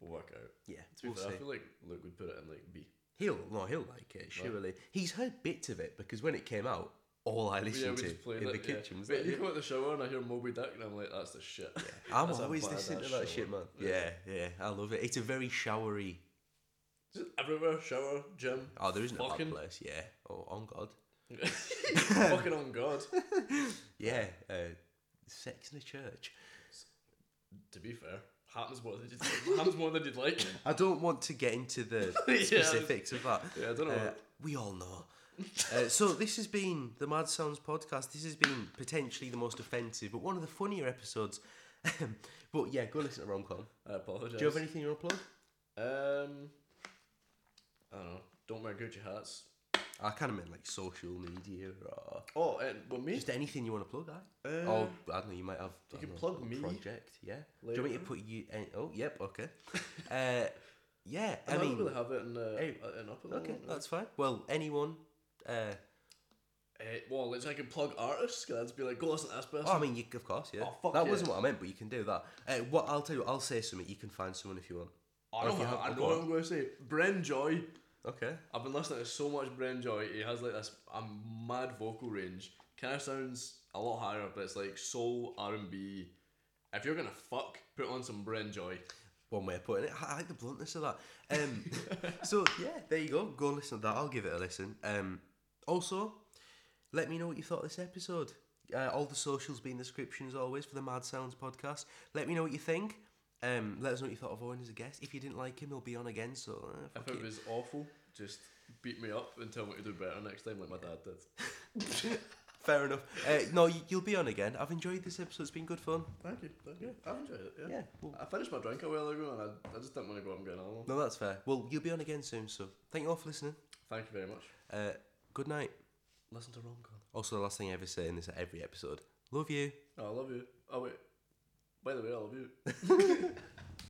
Speaker 2: we'll work it out.
Speaker 1: yeah.
Speaker 2: To be
Speaker 1: we'll
Speaker 2: fair,
Speaker 1: see.
Speaker 2: I feel like Luke would put it in like B.
Speaker 1: He'll no, he'll like it surely. He's heard bits of it because when it came out, all I
Speaker 2: Yeah, we
Speaker 1: listened
Speaker 2: just
Speaker 1: to
Speaker 2: played
Speaker 1: in
Speaker 2: it,
Speaker 1: the
Speaker 2: yeah.
Speaker 1: kitchen was
Speaker 2: But
Speaker 1: that.
Speaker 2: you come out the shower and I hear Moby Dick and I'm like, that's the shit.
Speaker 1: I'm
Speaker 2: That's a
Speaker 1: always
Speaker 2: badass
Speaker 1: listening to that shit, man.
Speaker 2: shower.
Speaker 1: Yeah, yeah, I love it. It's a very showery.
Speaker 2: Just everywhere, shower, gym.
Speaker 1: Oh, there isn't
Speaker 2: fucking,
Speaker 1: a bad place. Yeah. Oh, on God.
Speaker 2: fucking on God.
Speaker 1: Yeah. Uh, sex in a church.
Speaker 2: to be fair, happens more than you'd, happens more than you'd like.
Speaker 1: I don't want to get into the
Speaker 2: Yeah.
Speaker 1: specifics of that.
Speaker 2: Yeah, I don't know.
Speaker 1: Uh, we all know. Uh, so this has been the Mad Sounds podcast. This has been potentially the most offensive, but one of the funnier episodes. but yeah, go listen to Romcom.
Speaker 2: I apologise.
Speaker 1: Do you have anything you want to plug?
Speaker 2: Um, I don't know. Don't wear Gucci hats.
Speaker 1: I kind of meant like social media or
Speaker 2: Oh, and well, me.
Speaker 1: just anything you want to plug. I
Speaker 2: Uh,
Speaker 1: oh, I don't know. You might have. I
Speaker 2: you can
Speaker 1: don't know,
Speaker 2: plug
Speaker 1: a
Speaker 2: me
Speaker 1: Project, yeah. Do you want me to
Speaker 2: later.
Speaker 1: put you? In, oh, yep. Okay. uh, yeah.
Speaker 2: I,
Speaker 1: I,
Speaker 2: don't
Speaker 1: mean,
Speaker 2: really have it in, uh,
Speaker 1: hey,
Speaker 2: uh, in up at the
Speaker 1: okay,
Speaker 2: moment, no.
Speaker 1: that's fine. Well, anyone. Uh,
Speaker 2: Eh, well, it's like I can plug artists. 'cause I'd just be like, go listen to this person.
Speaker 1: oh, I mean, you, of course, yeah.
Speaker 2: Oh, fuck
Speaker 1: that
Speaker 2: yeah.
Speaker 1: wasn't what I meant, but you can do that. Uh, what I'll tell you, I'll say something. You can find someone if you want.
Speaker 2: I,
Speaker 1: if
Speaker 2: don't
Speaker 1: you
Speaker 2: have,
Speaker 1: have-
Speaker 2: I
Speaker 1: oh,
Speaker 2: know
Speaker 1: go
Speaker 2: what
Speaker 1: on.
Speaker 2: I'm going to say. Bren Joy.
Speaker 1: Okay.
Speaker 2: I've been listening to so much Bren Joy. He has like this a mad vocal range. Kind of sounds a lot higher, but it's like soul R and B. If you're gonna fuck, put on some Bren Joy.
Speaker 1: One way of putting it. I I like the bluntness of that. Um, so yeah, there you go. Go and listen to that. I'll give it a listen. Um, also, let me know what you thought of this episode. Uh, all the socials be in the description as always for the Mad Sounds podcast. Let me know what you think. Um, let us know what you thought of Owen as a guest. If you didn't like him, he'll be on again. So uh,
Speaker 2: If
Speaker 1: fuck
Speaker 2: it
Speaker 1: you.
Speaker 2: was awful, just beat me up and tell me to do better next time, like my dad did.
Speaker 1: fair enough. Uh, no, you, you'll be on again. I've enjoyed this episode. It's been good fun.
Speaker 2: Thank you. Thank you. I've enjoyed it. Yeah.
Speaker 1: Yeah. Well,
Speaker 2: I finished my drink a while ago, and I, I just didn't want to go up and get another one.
Speaker 1: no, that's fair. Well, you'll be on again soon. So thank you all for listening.
Speaker 2: Thank you very much.
Speaker 1: Uh, good night.
Speaker 2: Listen to Romcom.
Speaker 1: Also, the last thing I ever say in this every episode. Love you.
Speaker 2: Oh, I love you. Oh wait. By the way, I love you.